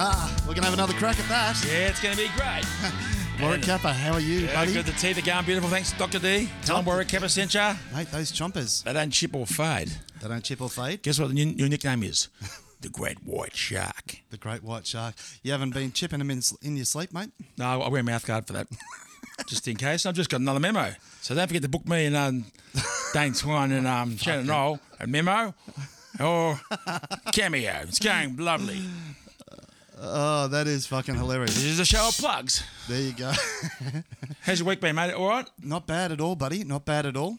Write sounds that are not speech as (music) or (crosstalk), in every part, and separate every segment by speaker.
Speaker 1: have another crack at that.
Speaker 2: Yeah, it's going to be great.
Speaker 1: Warwick Kappa, how are you,
Speaker 2: Yeah,
Speaker 1: buddy?
Speaker 2: good. The teeth are going beautiful. Thanks, Dr. D. Tom Warwick, Kappa sent ya.
Speaker 1: Mate, those chompers.
Speaker 2: They don't chip or fade.
Speaker 1: They don't chip or fade.
Speaker 2: Guess what the new, new nickname is? the Great White Shark.
Speaker 1: The great white shark. You haven't been chipping them in, s- in your sleep, mate?
Speaker 2: No, I wear a mouthguard for that. (laughs) just in case. I've just got another memo. So don't forget to book me and um, Dane Twine and (laughs) um, Shannon Knoll a memo (laughs) or cameo. It's going lovely.
Speaker 1: Oh, that is fucking hilarious.
Speaker 2: This is a show of plugs.
Speaker 1: There you go. (laughs)
Speaker 2: How's your week been, mate? All right?
Speaker 1: Not bad at all, buddy. Not bad at all.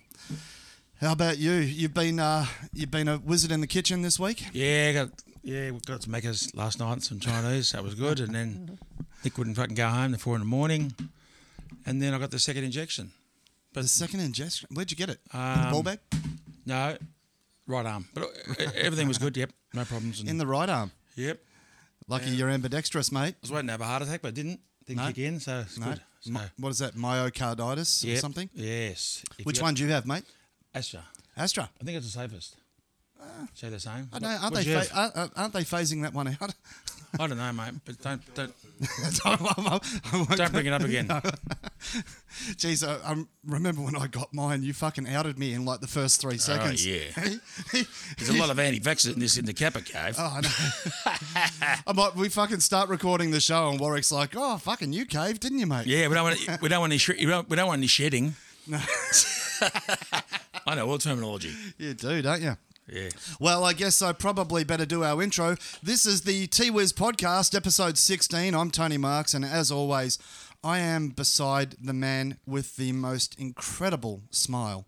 Speaker 1: How about you? You've been uh, you've been a wizard in the kitchen this week.
Speaker 2: Yeah, got yeah, we got some makers last night, some Chinese. That was good. And then Nick wouldn't fucking go home till four in the morning. And then I got the second injection.
Speaker 1: The second ingestion. Where'd you get it? in
Speaker 2: Um,
Speaker 1: the ball bag.
Speaker 2: No, right arm. But uh, everything was good. Yep, no problems. And,
Speaker 1: In the right arm.
Speaker 2: yep, I
Speaker 1: Lucky you're ambidextrous, mate.
Speaker 2: was waiting to have a heart attack, but it didn't. Didn't
Speaker 1: No.
Speaker 2: kick in, so it's
Speaker 1: No.
Speaker 2: good. So,
Speaker 1: Mi- what is that? Myocarditis or
Speaker 2: yep.
Speaker 1: something?
Speaker 2: Yes. If
Speaker 1: Which
Speaker 2: you-
Speaker 1: one do you have, mate?
Speaker 2: Astra.
Speaker 1: Astra.
Speaker 2: I think it's the safest. Say the same.
Speaker 1: Ah. I don't know. Aren't they
Speaker 2: What'd you
Speaker 1: fa- aren't- aren't- aren't they phasing that one out? (laughs)
Speaker 2: have? (laughs) I don't know, mate. But don't don't
Speaker 1: Don't- (laughs) I won't-
Speaker 2: don't bring it
Speaker 1: (laughs)
Speaker 2: up again.
Speaker 1: Jeez, I, I remember when I got mine, you fucking outed me in like the first
Speaker 2: Oh,
Speaker 1: three seconds. (laughs) yeah.
Speaker 2: There's a lot of anti-vaxxers in this in the Kappa cave.
Speaker 1: I know. Oh, (laughs) I'm like, we fucking start recording the show, and Warwick's like, "Oh, fucking you caved, didn't you, mate?"
Speaker 2: Yeah, we don't want we don't want any sh- we, don't, we don't want any shedding. (laughs) I know all terminology.
Speaker 1: You do, don't you?
Speaker 2: Yeah.
Speaker 1: Well, I guess I probably better do our intro. This is the T Wiz podcast, episode 16. I'm Tony Marks, and as always, I am beside the man with the most incredible smile.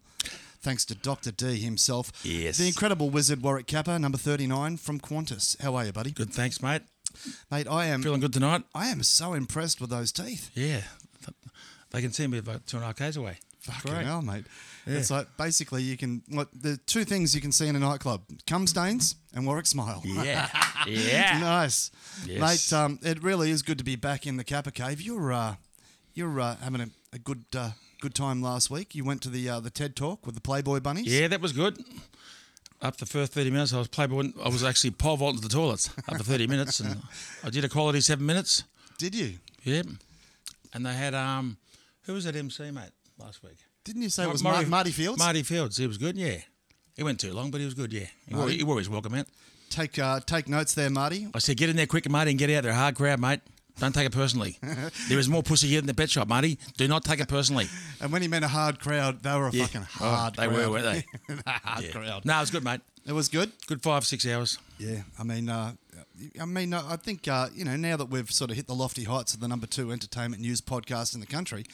Speaker 1: Thanks to Dr. D himself.
Speaker 2: Yes.
Speaker 1: The incredible wizard Warwick Kappa, number 39 from Qantas. How are you, buddy?
Speaker 2: Good. Thanks, mate.
Speaker 1: Mate, I am
Speaker 2: Feeling good tonight.
Speaker 1: I am so impressed with those teeth.
Speaker 2: Yeah. They can see me about two and a half k's away.
Speaker 1: Fucking
Speaker 2: Great.
Speaker 1: hell, mate. It's like basically you can like the two things you can see in a nightclub: cum stains and Warwick smile.
Speaker 2: Yeah. yeah.
Speaker 1: nice,
Speaker 2: Yes.
Speaker 1: mate. Um, it really is good to be back in the Kappa Cave. You're uh, you're uh, having a, a good uh, good time last week. You went to the uh, the TED Talk with the Playboy bunnies.
Speaker 2: Yeah, that was good. Up the first 30 minutes, I was playboy. I was actually pole vaulting to the toilets up for 30 minutes, and I did a quality seven minutes.
Speaker 1: Did you?
Speaker 2: Yep. And they had um, who was that MC mate last week?
Speaker 1: Didn't you say it
Speaker 2: Mar-
Speaker 1: was
Speaker 2: Marty-
Speaker 1: Marty, Marty Fields?
Speaker 2: Marty Fields. He was good. Yeah. He went too long, but he was good. Yeah. He wore, he wore his welcome out.
Speaker 1: Take uh, take notes there, Marty.
Speaker 2: I said, get in there quick, Marty, and get out. They're a hard crowd, mate. Don't take
Speaker 1: (laughs)
Speaker 2: it personally. there is more pussy here than the pet shop, Marty. Do not take it personally.
Speaker 1: And when he meant a hard crowd, they were a fucking
Speaker 2: Oh,
Speaker 1: hard.
Speaker 2: they
Speaker 1: crowd.
Speaker 2: were, weren't they?
Speaker 1: hard
Speaker 2: Yeah.
Speaker 1: crowd. (laughs)
Speaker 2: No, it was good, mate.
Speaker 1: It was good.
Speaker 2: Good five, six hours.
Speaker 1: Yeah, I mean, uh, I mean, uh, I think uh, you know now that we've sort of hit the lofty heights of the number two entertainment news podcast in the country, you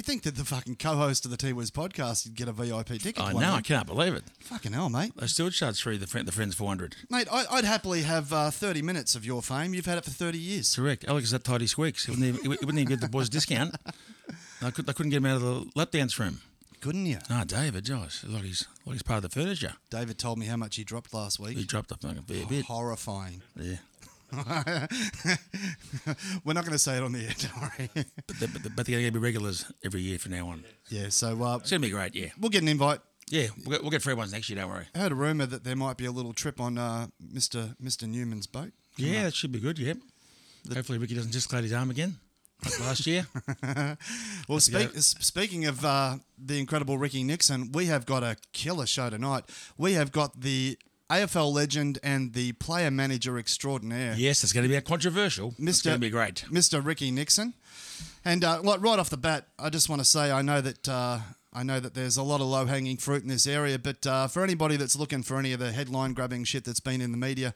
Speaker 1: would think that the fucking co-host of the T Wiz podcast would get a VIP ticket?
Speaker 2: I
Speaker 1: to one
Speaker 2: know,
Speaker 1: of
Speaker 2: I
Speaker 1: them.
Speaker 2: can't believe it.
Speaker 1: Fucking hell, mate.
Speaker 2: They still charge three the, friend, the friends four hundred.
Speaker 1: Mate, I, I'd happily have uh, thirty minutes of your fame. You've had it for thirty years.
Speaker 2: Correct. Alex is that tidy squeaks. He wouldn't even, he wouldn't even give the boys a
Speaker 1: (laughs)
Speaker 2: discount. I could, they couldn't get him out of the lap dance room.
Speaker 1: Couldn't you?
Speaker 2: Ah, David, Josh, like he's like he's part of the furniture.
Speaker 1: David told me how much he dropped last
Speaker 2: He
Speaker 1: week.
Speaker 2: dropped up like a fair bit.
Speaker 1: Horrifying.
Speaker 2: Yeah.
Speaker 1: We're not going to say it on the air. (laughs) Don't worry.
Speaker 2: But, they, but, they, but they're going to be regulars every year from now on.
Speaker 1: yeah. So uh,
Speaker 2: It's going to be great. Yeah.
Speaker 1: we'll get an invite.
Speaker 2: Yeah. We'll get, we'll get free ones next year. Don't worry.
Speaker 1: I heard a rumor that there might be a little trip on uh, Mister Mister Newman's boat.
Speaker 2: Yeah, that should be good. Yep. Hopefully, Ricky doesn't dislocate his arm again. Like last year.
Speaker 1: Well, speak,
Speaker 2: go.
Speaker 1: s- speaking of uh, the incredible Ricky Nixon, we have got a killer show tonight. We have got the AFL legend and the player manager extraordinaire,
Speaker 2: (laughs) yes, it's going to be a controversial. It's
Speaker 1: Mister-
Speaker 2: going to be great.
Speaker 1: Mr. Ricky Nixon. And uh, like right off the bat, I just want to say I know that uh, I know that there's a lot of low hanging fruit in this area, but uh, for anybody that's looking for any of the headline grabbing shit that's been in the media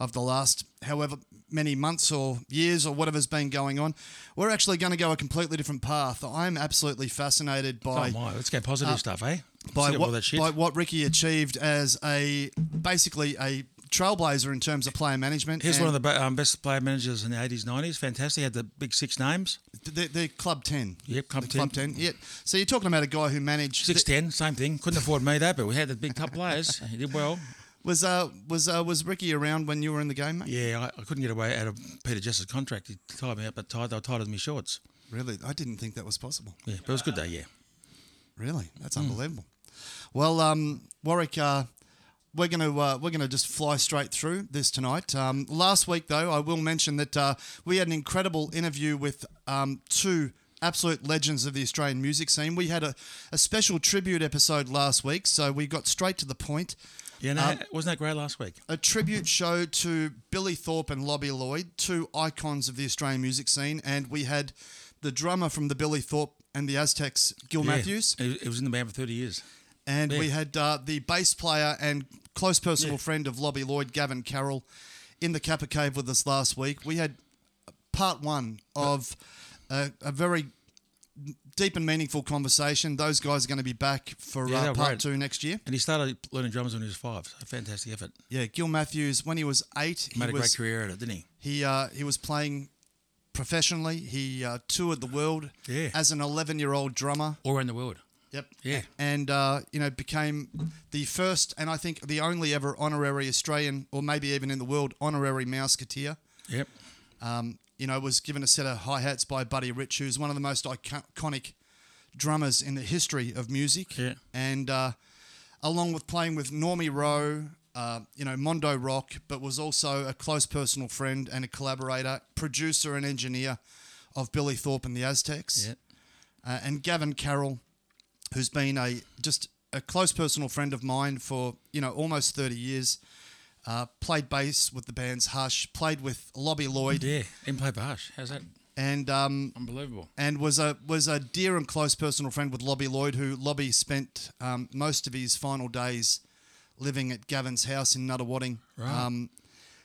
Speaker 1: of the last however many months or years or whatever's been going on, we're actually going to go a completely different path. I'm absolutely fascinated by uh,
Speaker 2: Oh my! Let's go positive stuff, eh?
Speaker 1: by
Speaker 2: Instead of all
Speaker 1: what,
Speaker 2: that shit.
Speaker 1: by what Ricky achieved as a basically a trailblazer in terms of player management.
Speaker 2: Here's
Speaker 1: and
Speaker 2: one of the be- um, best player managers in the 80s, 90s. Fantastic. Had the big six names.
Speaker 1: the, the Club Ten.
Speaker 2: Yep, Club
Speaker 1: The Club
Speaker 2: 10.
Speaker 1: Ten. Yep. So you're talking about a guy who managed.
Speaker 2: Six ten, same thing. Couldn't afford me though, but we had the big top players. (laughs) He did well.
Speaker 1: was uh was uh was Ricky around when you were in the game, mate?
Speaker 2: Yeah, I, I couldn't get away out of Peter Jess's contract. He tied me up, but tied, they were tighter than me shorts.
Speaker 1: Really, I didn't think that was possible.
Speaker 2: Yeah, but it was a good day, yeah. Hmm.
Speaker 1: Really, that's unbelievable. Well, um, Warwick, uh, we're going to uh, we're going to just fly straight through this tonight. Um, last week, though, I will mention that uh, we had an incredible interview with um, two absolute legends of the Australian music scene. We had a, a special tribute episode last week, so we got straight to the point.
Speaker 2: Yeah, no,
Speaker 1: Um,
Speaker 2: wasn't that great last week?
Speaker 1: A tribute show to Billy Thorpe and Lobby Lloyd, two icons of the Australian music scene, and we had the drummer from the Billy Thorpe and the Aztecs, Gil
Speaker 2: Yeah.
Speaker 1: Matthews.
Speaker 2: It, it was in the band for 30 years.
Speaker 1: And we
Speaker 2: Yeah.
Speaker 1: had uh, the bass player and close personal
Speaker 2: Yeah.
Speaker 1: friend of Lobby Lloyd, Gavin Carroll, in the Kappa Cave with us last week. We had part one of a, a very deep and meaningful conversation. Those guys are going to be back for
Speaker 2: Yeah,
Speaker 1: uh,
Speaker 2: they're
Speaker 1: part
Speaker 2: great.
Speaker 1: two next year.
Speaker 2: And he started learning drums when he was five. So fantastic effort.
Speaker 1: Yeah, Gil Matthews, when he was eight, he
Speaker 2: Made a
Speaker 1: was
Speaker 2: great career at it, didn't he?
Speaker 1: He uh, he was playing professionally. He uh, toured the world
Speaker 2: Yeah.
Speaker 1: as an 11 year old drummer.
Speaker 2: All around the world.
Speaker 1: Yep.
Speaker 2: Yeah.
Speaker 1: And uh, you know became the first and I think the only ever honorary Australian or maybe even in the world honorary Mouseketeer.
Speaker 2: Yep.
Speaker 1: Um, you know was given a set of hi hats by Buddy Rich, who's one of the most iconic drummers in the history of music.
Speaker 2: Yeah.
Speaker 1: And uh, along with playing with Normie Rowe, uh, you know, Mondo Rock, but was also a close personal friend and a collaborator, producer and engineer of Billy Thorpe and the Aztecs.
Speaker 2: Yeah.
Speaker 1: Uh, and Gavin Carroll, who's been a just a close personal friend of mine for, you know, almost 30 years. Uh, played bass with the bands Hush, played with Lobby Lloyd,
Speaker 2: Yeah. And played for Hush. How's that?
Speaker 1: and um,
Speaker 2: Unbelievable.
Speaker 1: and was a was a dear and close personal friend with Lobby Lloyd, who Lobby spent um, most of his final days living at Gavin's house in Nuttawading
Speaker 2: Right.
Speaker 1: um,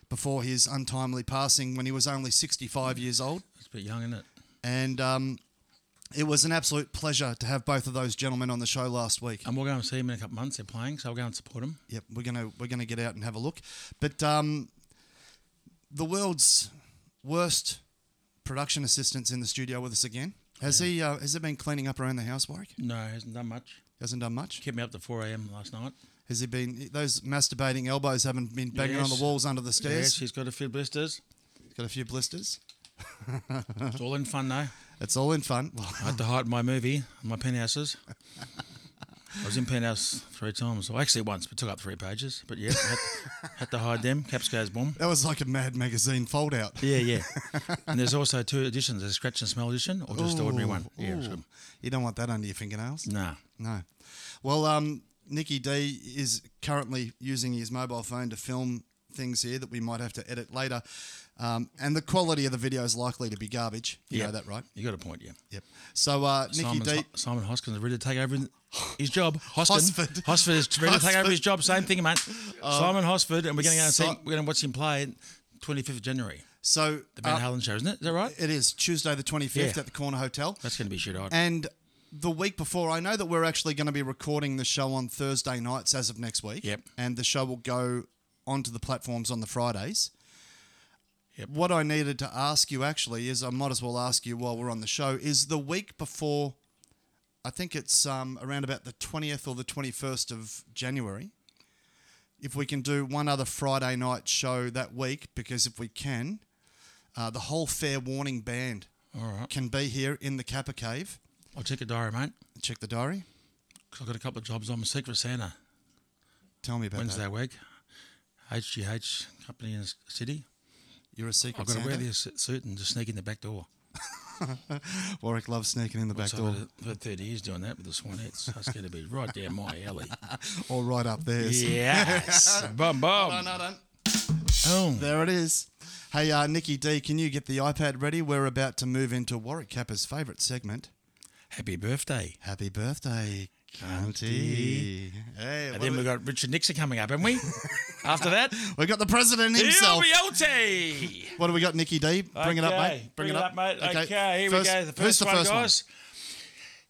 Speaker 1: before his untimely passing when he was only 65 years old.
Speaker 2: It's a bit young, isn't it?
Speaker 1: And um, it was an absolute pleasure to have both of those gentlemen on the show last week.
Speaker 2: And we'll go and see him in a couple of months. They're playing, so I'll go and support him.
Speaker 1: Yep, we're gonna we're gonna get out and have a look. But um, the world's worst production assistant's in the studio with us again. Has he uh, has he been cleaning up around the house, Warwick?
Speaker 2: No, hasn't done much.
Speaker 1: Hasn't done much.
Speaker 2: Kept me up to 4 a.m. last night.
Speaker 1: Has he been? Those masturbating elbows haven't been banging on
Speaker 2: Yes.
Speaker 1: the walls under the
Speaker 2: Yeah,
Speaker 1: stairs.
Speaker 2: she's got a few blisters.
Speaker 1: Got a few blisters. Uh-huh.
Speaker 2: It's all in fun, though.
Speaker 1: It's all in fun. Well, (laughs)
Speaker 2: I had to hide my movie and my penthouses. I was in penthouse three times. Well, actually once, but took up three pages. But yeah, had, had to hide them. Capsco's bomb.
Speaker 1: that was like a Mad Magazine fold out.
Speaker 2: Yeah, yeah. And there's also two editions: a scratch and smell edition, or just the ordinary one. Yeah. it's good.
Speaker 1: You don't want that under your fingernails.
Speaker 2: Nah.
Speaker 1: No. Well, um, Nicky D is currently using his mobile phone to film things here that we might have to edit later. Um, and the quality of the video is likely to be garbage. You know that, right?
Speaker 2: You got a point. Yeah.
Speaker 1: Yep. So, uh, Nicky
Speaker 2: Simon's,
Speaker 1: D.
Speaker 2: Ho- Simon Hoskins is ready to take over
Speaker 1: (gasps)
Speaker 2: his job. Hoskin.
Speaker 1: Hosford.
Speaker 2: Hosford is ready to take over
Speaker 1: Hosford.
Speaker 2: his job. Same thing, mate. Simon Hosford, and we're going to go and see.
Speaker 1: Si-
Speaker 2: We're going to watch him play 25th of January.
Speaker 1: So,
Speaker 2: The Van
Speaker 1: uh, uh,
Speaker 2: Halen show, isn't it? Is that right?
Speaker 1: it is Tuesday the 25th
Speaker 2: Yeah.
Speaker 1: at the Corner Hotel.
Speaker 2: That's going to be shit hot.
Speaker 1: And the week before, I know that we're actually going to be recording the show on Thursday nights as of next week.
Speaker 2: Yep.
Speaker 1: And the show will go onto the platforms on the Fridays.
Speaker 2: Yep.
Speaker 1: What I needed to ask you actually is I might as well ask you while we're on the show is the week before, I think it's um, around about the 20th or the 21st of January. If we can do one other Friday night show that week, because if we can, uh, the whole Fair Warning band
Speaker 2: All right.
Speaker 1: can be here in the Kappa Cave
Speaker 2: I'll check a diary, mate.
Speaker 1: check the diary.
Speaker 2: 'cause I've got a couple of jobs. I'm a secret Santa
Speaker 1: Tell me about
Speaker 2: Wednesday
Speaker 1: that.
Speaker 2: week. HGH company in the city.
Speaker 1: You're a secret
Speaker 2: I've got to
Speaker 1: Santa.
Speaker 2: wear this suit and just sneak in the back door.
Speaker 1: Warwick loves sneaking in the back
Speaker 2: So
Speaker 1: door,
Speaker 2: for- for 30 years doing that with the Swanettes, that's going to be right down my
Speaker 1: (laughs)
Speaker 2: alley.
Speaker 1: or right up there.
Speaker 2: yes. Bum bum. Oh,
Speaker 1: There it is. Hey, uh, Nikki D, can you get the iPad ready? We're about to move into Warwick Kappa's favourite segment.
Speaker 2: happy birthday.
Speaker 1: Happy birthday, Cunty. Hey,
Speaker 2: And
Speaker 1: what
Speaker 2: then
Speaker 1: do
Speaker 2: we've
Speaker 1: we,
Speaker 2: got Richard Nixon coming
Speaker 1: (laughs)
Speaker 2: up, haven't we? After that,
Speaker 1: we got the president
Speaker 2: Neil
Speaker 1: himself.
Speaker 2: Realty.
Speaker 1: What do we got, Nikki D? Bring it up,
Speaker 2: Okay,
Speaker 1: mate.
Speaker 2: Bring, it up, mate. Okay, here
Speaker 1: first-
Speaker 2: we go. The first,
Speaker 1: who's the
Speaker 2: one,
Speaker 1: first
Speaker 2: guys.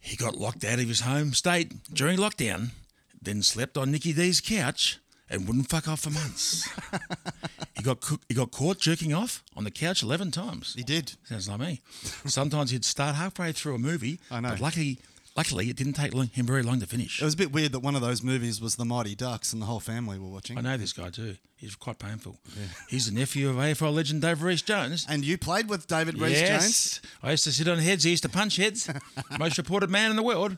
Speaker 2: He got locked out of his home state during lockdown, then slept on Nicky D's couch and wouldn't fuck off
Speaker 1: (laughs)
Speaker 2: for months. he got coo- he got caught jerking off on the couch eleven times.
Speaker 1: He did.
Speaker 2: Sounds like me. Sometimes he'd start halfway through a movie,
Speaker 1: I know.
Speaker 2: but luckily, luckily it didn't take long, him very long to finish.
Speaker 1: It was a bit weird that one of those movies was The Mighty Ducks and the whole family were watching.
Speaker 2: I know this guy too. He's quite painful. He's the nephew of AFL legend Dave Reese Jones.
Speaker 1: And you played with David Rees Jones.
Speaker 2: I used to sit on heads. He used to punch heads. Most reported man in the world.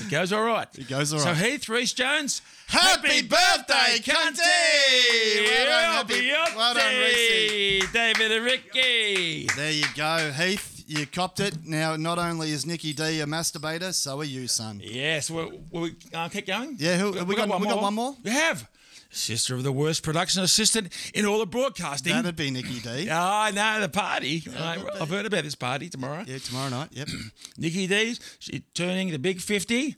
Speaker 2: It goes all right.
Speaker 1: It goes all
Speaker 2: So
Speaker 1: right.
Speaker 2: Heath, Reese Jones,
Speaker 1: Happy birthday, Cunty! Well done,
Speaker 2: Well
Speaker 1: happy- well done, Reese.
Speaker 2: David and Ricky.
Speaker 1: There you go, Heath. You copped it. Now, not only is Nikki D a masturbator, so are you, son.
Speaker 2: Yes, we, we uh, keep going.
Speaker 1: Yeah, who- we got- we got one more?
Speaker 2: We have. Sister of the worst production assistant in all of broadcasting.
Speaker 1: That'd be Nikki D.
Speaker 2: Oh, no, the party. I, have heard about this party tomorrow.
Speaker 1: Yeah, tomorrow night. Yep.
Speaker 2: Nikki D's she turning the big 50.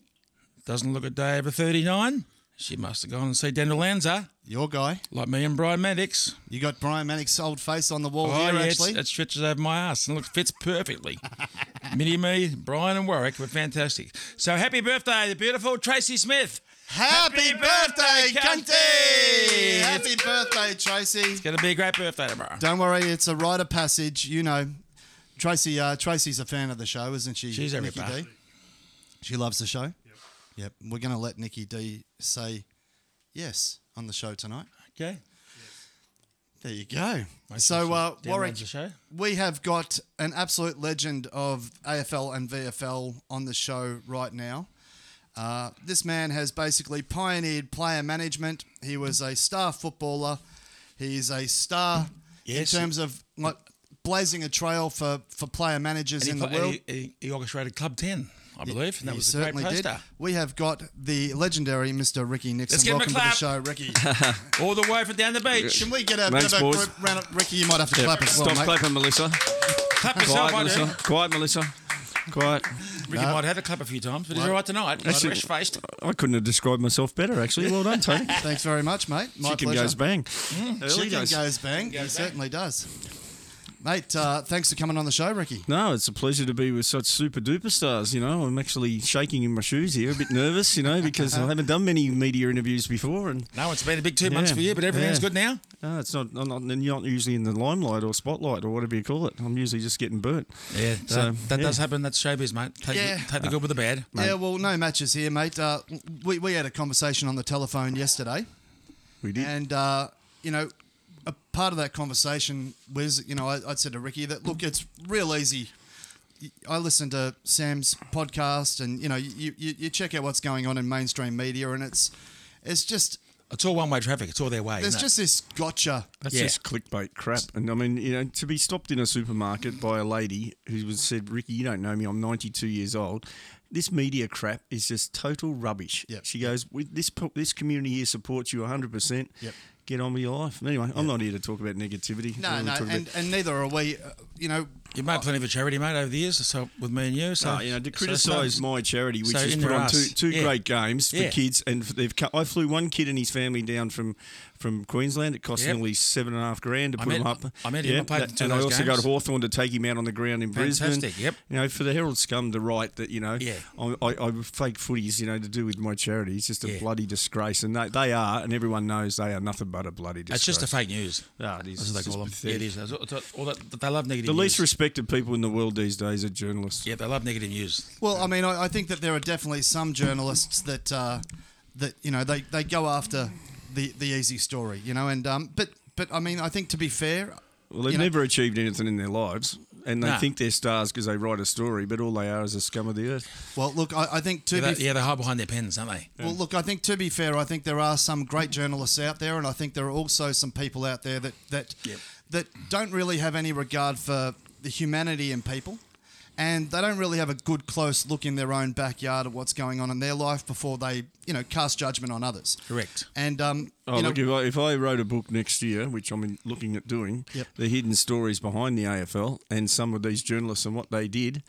Speaker 2: Doesn't look a day over 39. She must have gone and seen Daniel Lanza,
Speaker 1: Your guy.
Speaker 2: like me and Brian Maddox.
Speaker 1: You got Brian Manick's old face on the wall
Speaker 2: Oh,
Speaker 1: here,
Speaker 2: yeah, it's-
Speaker 1: actually.
Speaker 2: it stretches over my ass and look fits
Speaker 1: (laughs)
Speaker 2: perfectly. Minnie, me, Brian, and Warwick were fantastic. So happy birthday, the beautiful Tracy Smith.
Speaker 1: Happy birthday,
Speaker 2: Cunty!
Speaker 1: Cunty! Happy birthday, Tracy.
Speaker 2: Gonna be a great birthday tomorrow.
Speaker 1: Don't worry, it's a rite of passage. You know, Tracy. Uh, Tracy's a fan of the show, isn't she?
Speaker 2: She's a
Speaker 1: Nikki
Speaker 2: ripper.
Speaker 1: D. She loves the show. Yep. We're going to let Nikki D say yes on the show tonight.
Speaker 2: Okay.
Speaker 1: There you go. so, uh,
Speaker 2: Dan
Speaker 1: Warwick,
Speaker 2: runs the show.
Speaker 1: we have got an absolute legend of AFL and VFL on the show right now. Uh, this man has basically pioneered player management. He was a star footballer. He's a star
Speaker 2: Yes.
Speaker 1: in terms of like blazing a trail for, for player managers
Speaker 2: And
Speaker 1: in
Speaker 2: he,
Speaker 1: the world.
Speaker 2: he, he, he orchestrated Club 10, I believe. And that
Speaker 1: He
Speaker 2: was a great poster.
Speaker 1: We have got the legendary Mr. Ricky Nixon.
Speaker 2: Let's give him a
Speaker 1: Welcome to the show,
Speaker 2: clap.
Speaker 1: Ricky.
Speaker 3: (laughs)
Speaker 2: All the way from down the beach.
Speaker 1: Can we get a bit
Speaker 3: Thanks,
Speaker 1: of a
Speaker 3: boys.
Speaker 1: group round? up? Ricky, you might have to
Speaker 3: Yeah.
Speaker 1: clap as well,
Speaker 3: Stop
Speaker 1: mate.
Speaker 3: clapping, Melissa.
Speaker 2: Clap yourself,
Speaker 3: Quiet,
Speaker 2: I do.
Speaker 3: Melissa. Quiet, Melissa. Quiet.
Speaker 2: Ricky might have had a clap a few times, but he's all right tonight. He's
Speaker 3: Actually-
Speaker 2: fresh faced.
Speaker 3: I couldn't have described myself better, actually. Well done, Tony.
Speaker 1: Thanks very much, mate. (laughs) My
Speaker 3: Chicken
Speaker 1: pleasure. Mm.
Speaker 3: goes bang. Early
Speaker 1: Chicken
Speaker 3: goes.
Speaker 1: goes, bang.
Speaker 2: goes
Speaker 1: he
Speaker 2: bang.
Speaker 1: certainly does. Mate, uh, thanks for coming on the show, Ricky.
Speaker 3: No, it's a pleasure to be with such super duper stars. You know, I'm actually shaking in my shoes here, a bit nervous, you know, because I haven't done many media interviews before, and
Speaker 2: No, it's been a big two months
Speaker 3: Yeah,
Speaker 2: for you, but everything's
Speaker 3: yeah.
Speaker 2: good now.
Speaker 3: no, it's not. I'm not, you're not usually in the limelight or spotlight or whatever you call it. I'm usually just getting burnt.
Speaker 2: Yeah,
Speaker 3: So,
Speaker 2: that, that
Speaker 3: yeah.
Speaker 2: does happen. That's showbiz, mate. Take,
Speaker 1: Yeah.
Speaker 2: take the good with the bad.
Speaker 1: Yeah, well, no matches here, mate. Uh, we, we had a conversation on the telephone yesterday,
Speaker 3: We did.
Speaker 1: and, uh, you know, a part of that conversation was, you know, I, I said to Ricky that, look, it's real easy. I listen to Sam's podcast, and, you know, you, you, you check out what's going on in mainstream media, and it's it's just,
Speaker 2: It's all one way traffic. It's all their way.
Speaker 1: there's
Speaker 2: isn't it?
Speaker 1: just this gotcha.
Speaker 3: That's
Speaker 2: Yeah.
Speaker 3: just clickbait crap. And I mean, you know, to be stopped in a supermarket by a lady who was said, "Ricky, you don't know me. I'm 92 years old." This media crap is just total rubbish.
Speaker 1: Yep.
Speaker 3: She goes, "We- "This po- this community here supports you 100." percent
Speaker 1: Yep.
Speaker 3: Get on with your life. And Anyway, I'm not here to talk about negativity.
Speaker 1: No,
Speaker 3: I'm
Speaker 1: no,
Speaker 3: here to talk
Speaker 1: and,
Speaker 3: about-
Speaker 1: and neither are we. Uh, you know,
Speaker 2: You've made plenty for charity, mate, over the years. So with me and you, so
Speaker 3: No, Oh, you know, to
Speaker 2: so- uh,
Speaker 3: criticise
Speaker 2: so-
Speaker 3: my charity, which
Speaker 2: so
Speaker 3: has
Speaker 2: in
Speaker 3: put
Speaker 2: your
Speaker 3: on two,
Speaker 2: ass.
Speaker 3: two
Speaker 2: Yeah.
Speaker 3: great games for
Speaker 2: Yeah.
Speaker 3: kids, and they've cut, I flew one kid and his family down from from Queensland. It cost
Speaker 2: Yep.
Speaker 3: nearly seven and a half grand to
Speaker 2: I
Speaker 3: put
Speaker 2: met-
Speaker 3: him up.
Speaker 2: I met him. I played
Speaker 3: that-
Speaker 2: two of
Speaker 3: and I
Speaker 2: those
Speaker 3: also
Speaker 2: games.
Speaker 3: got Hawthorn to take him out on the ground in Brisbane.
Speaker 2: Fantastic, yep.
Speaker 3: You know, for the Herald scum to write that, you know,
Speaker 2: Yeah.
Speaker 3: I, I, I fake footies, you know, to do with my charity. It's just a
Speaker 2: Yeah.
Speaker 3: bloody disgrace, and they, they are, and everyone knows they are nothing but a bloody disgrace.
Speaker 2: It's just a fake news.
Speaker 3: Ah, it
Speaker 2: That's what
Speaker 3: is. It's
Speaker 2: they
Speaker 3: just
Speaker 2: call them. Yeah,
Speaker 3: pathetic.
Speaker 2: it is. That's what- that's all that- They love negative
Speaker 3: The
Speaker 2: news.
Speaker 3: least respected people in the world these days are journalists.
Speaker 2: yeah, they love negative news.
Speaker 1: Well, I mean, I, I think that there are definitely some journalists that uh, that you know they, they go after the, the easy story, you know, and um, but but I mean, I think to be fair,
Speaker 3: Well, they've
Speaker 1: you know-
Speaker 3: never achieved anything in their lives, and they
Speaker 2: No.
Speaker 3: think they're stars because they write a story, but all they are is a scum of the earth.
Speaker 1: well, look, I, I think to
Speaker 2: Yeah,
Speaker 1: be
Speaker 2: they, yeah, they hide behind their pens, don't they?
Speaker 1: well, look, I think to be fair, I think there are some great journalists out there, and I think there are also some people out there that that
Speaker 2: Yep.
Speaker 1: that don't really have any regard for the humanity in people. And they don't really have a good close look in their own backyard at what's going on in their life before they, you know, cast judgment on others.
Speaker 2: Correct.
Speaker 1: And um,
Speaker 3: Oh,
Speaker 1: you know,
Speaker 3: look, if I, if I wrote a book next year, which I'm in- looking at doing,
Speaker 1: Yep.
Speaker 3: the hidden stories behind the AFL and some of these journalists and what they did,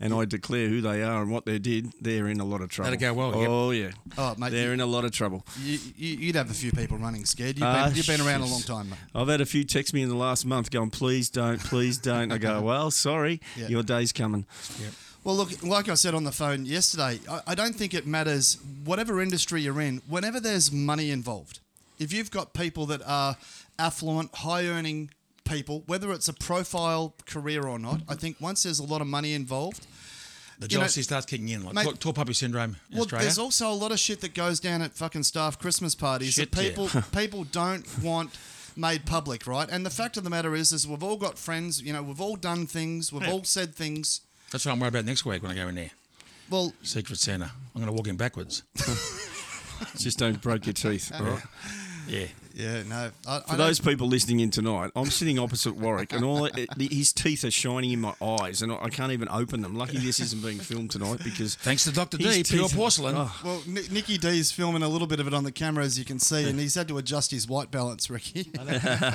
Speaker 3: and I declare who they are and what they did, they're in a lot of trouble.
Speaker 2: That'd go well, yep.
Speaker 3: Oh, yeah.
Speaker 1: Oh, mate,
Speaker 3: they're
Speaker 1: you-
Speaker 3: in a lot of trouble.
Speaker 1: You, you, you'd have a few people running scared. You've,
Speaker 3: Ah,
Speaker 1: been, you've been around a long
Speaker 3: shit.
Speaker 1: time, mate.
Speaker 3: I've had a few text me in the last month going, please don't, please don't.
Speaker 1: (laughs)
Speaker 3: I go, well, sorry,
Speaker 1: Yeah.
Speaker 3: your day's coming.
Speaker 1: Well, look, like I said on the phone yesterday, I, I don't think it matters whatever industry you're in, whenever there's money involved, if you've got people that are affluent, high earning people, whether it's a profile career or not, I think once there's a lot of money involved,
Speaker 2: The
Speaker 1: You know-
Speaker 2: jealousy starts kicking in, like
Speaker 1: Mate-
Speaker 2: tall- tall puppy syndrome in
Speaker 1: Well,
Speaker 2: Australia.
Speaker 1: there's also a lot of shit that goes down at fucking staff Christmas parties
Speaker 2: Shit,
Speaker 1: that
Speaker 2: yeah.
Speaker 1: people
Speaker 2: (laughs)
Speaker 1: people don't want made public, right? And the fact of the matter is, is we've all got friends. You know, we've all done things. We've all said things.
Speaker 2: That's what I'm worried about next week when I go in there.
Speaker 1: Well,
Speaker 2: Secret Santa. I'm going to walk in
Speaker 3: (laughs)
Speaker 2: backwards.
Speaker 3: Just don't break your teeth. All
Speaker 1: (laughs)
Speaker 3: right.
Speaker 2: Yeah.
Speaker 1: yeah, no. I,
Speaker 3: For
Speaker 1: I
Speaker 3: those people listening in tonight, I'm sitting opposite Warwick, and all it, his teeth are shining in my eyes, and I can't even open them. Lucky this isn't being filmed tonight because
Speaker 2: Thanks to Dr.
Speaker 3: his
Speaker 2: D, pure
Speaker 3: teeth are-
Speaker 2: porcelain.
Speaker 3: Oh,
Speaker 1: don't- (laughs) well, Ni- Nicky D's filming a little bit of it on the camera, as you can see, and he's had to adjust his white balance, Ricky.
Speaker 3: (laughs)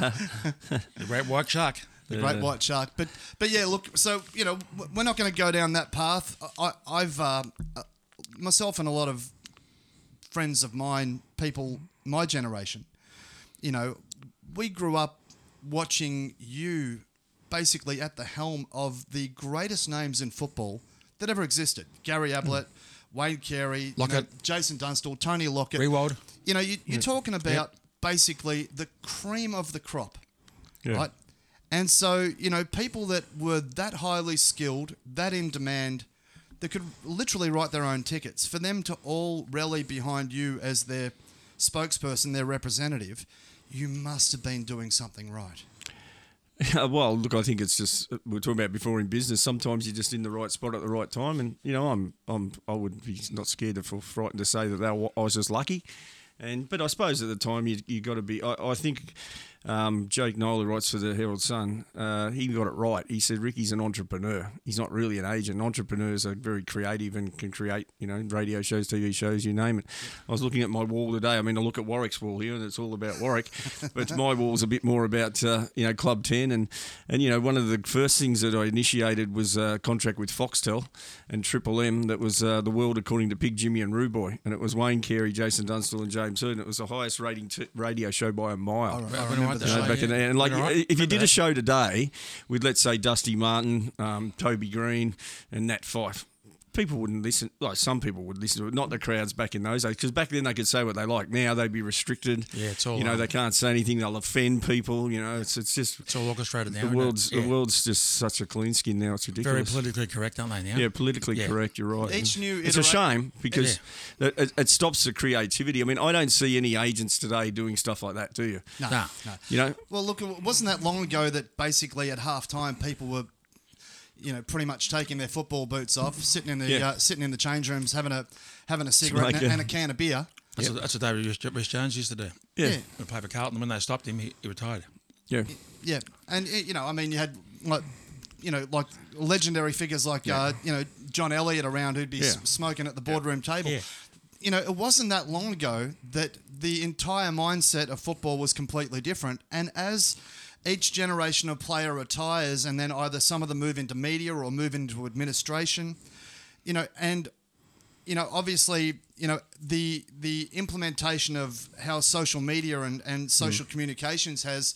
Speaker 2: The great white shark.
Speaker 1: the great white shark. But but yeah, look. So you know, w- we're not going to go down that path. I, I- I've uh, uh, myself and a lot of friends of mine, people my generation, you know, we grew up watching you basically at the helm of the greatest names in football that ever existed: Gary Ablett. Wayne Carey, you know,
Speaker 2: Hmm. Lockett.
Speaker 1: Jason Dunstall, Tony Lockett,
Speaker 2: Rewald.
Speaker 1: You know, you, you're talking about basically the cream of the crop right? And so, you know, people that were that highly skilled, that in demand, that could literally write their own tickets, for them to all rally behind you as their spokesperson, their representative, you must have been doing something right.
Speaker 3: (laughs) well, look, I think it's just uh, we were talking about before in business. Sometimes you're just in the right spot at the right time, and you know, I'm, I'm, I would be not scared or frightened to say that, that I was just lucky. And but I suppose at the time you you got to be. I, I think um, Jake Nolan writes for the Herald Sun. Uh, he got it right. He said Ricky's an entrepreneur. He's not really an agent. Entrepreneurs are very creative and can create, you know, radio shows, TV shows, you name it. I was looking at my wall today. I mean, I look at Warwick's wall here, and it's all about Warwick, but my wall's a bit more about uh, you know Club Ten and and you know one of the first things that I initiated was a contract with Foxtel and Triple M that was uh, the world according to Big Jimmy and Rue Boy, and it was Wayne Carey, Jason Dunstall, and James Hood, and it was the highest rating t- radio show by a mile.
Speaker 1: I,
Speaker 2: I
Speaker 1: I
Speaker 2: remember
Speaker 1: remember the
Speaker 2: that.
Speaker 3: You know,
Speaker 1: show.
Speaker 3: back in the, and like,
Speaker 2: Yeah, right.
Speaker 3: if you did
Speaker 2: Remember
Speaker 3: a show today with, let's say, Dusty Martin, um, Toby Green, and Nat Fife, people wouldn't listen. Like some people would listen to it, not the crowds back in those days, because back then they could say what they like. Now they'd be restricted.
Speaker 2: Yeah, it's all,
Speaker 3: You know,
Speaker 2: um,
Speaker 3: they can't say anything. They'll offend people. You know, it's it's just
Speaker 2: It's all orchestrated now.
Speaker 3: the
Speaker 2: isn't it?
Speaker 3: world's
Speaker 2: Yeah.
Speaker 3: the world's just such a clean skin now. It's ridiculous.
Speaker 2: very politically correct, aren't they now?
Speaker 3: Yeah, politically
Speaker 2: Yeah.
Speaker 3: correct. You're right.
Speaker 1: Each new
Speaker 3: it's a
Speaker 1: itera-
Speaker 3: shame because it, it, it stops the creativity. I mean, I don't see any agents today doing stuff like that. Do you?
Speaker 1: No,
Speaker 2: Nah.
Speaker 1: no.
Speaker 3: You know,
Speaker 1: Well, look, it wasn't that long ago that basically at halftime people were, you know, pretty much taking their football boots off, sitting in the
Speaker 3: Yeah.
Speaker 1: uh, sitting in the change rooms, having a having a cigarette and a,
Speaker 3: Smoking.
Speaker 1: and a can of beer.
Speaker 2: That's, what, that's what David Rhys- Rhys Jones used to do.
Speaker 3: Yeah.
Speaker 1: Yeah.
Speaker 2: When he played for Carlton, when they stopped him, he, he retired.
Speaker 3: yeah.
Speaker 1: Yeah, and eh, you know, I mean, you had like, you know, like legendary figures like uh, you know John Elliott around who'd be s-
Speaker 3: Yeah.
Speaker 1: smoking at the boardroom table.
Speaker 2: Yeah.
Speaker 1: You know, it wasn't that long ago that the entire mindset of football was completely different, and as each generation of player retires, and then either some of them move into media or move into administration, you know, and you know, obviously, you know, the the implementation of how social media and,
Speaker 3: Mm.
Speaker 1: and social communications has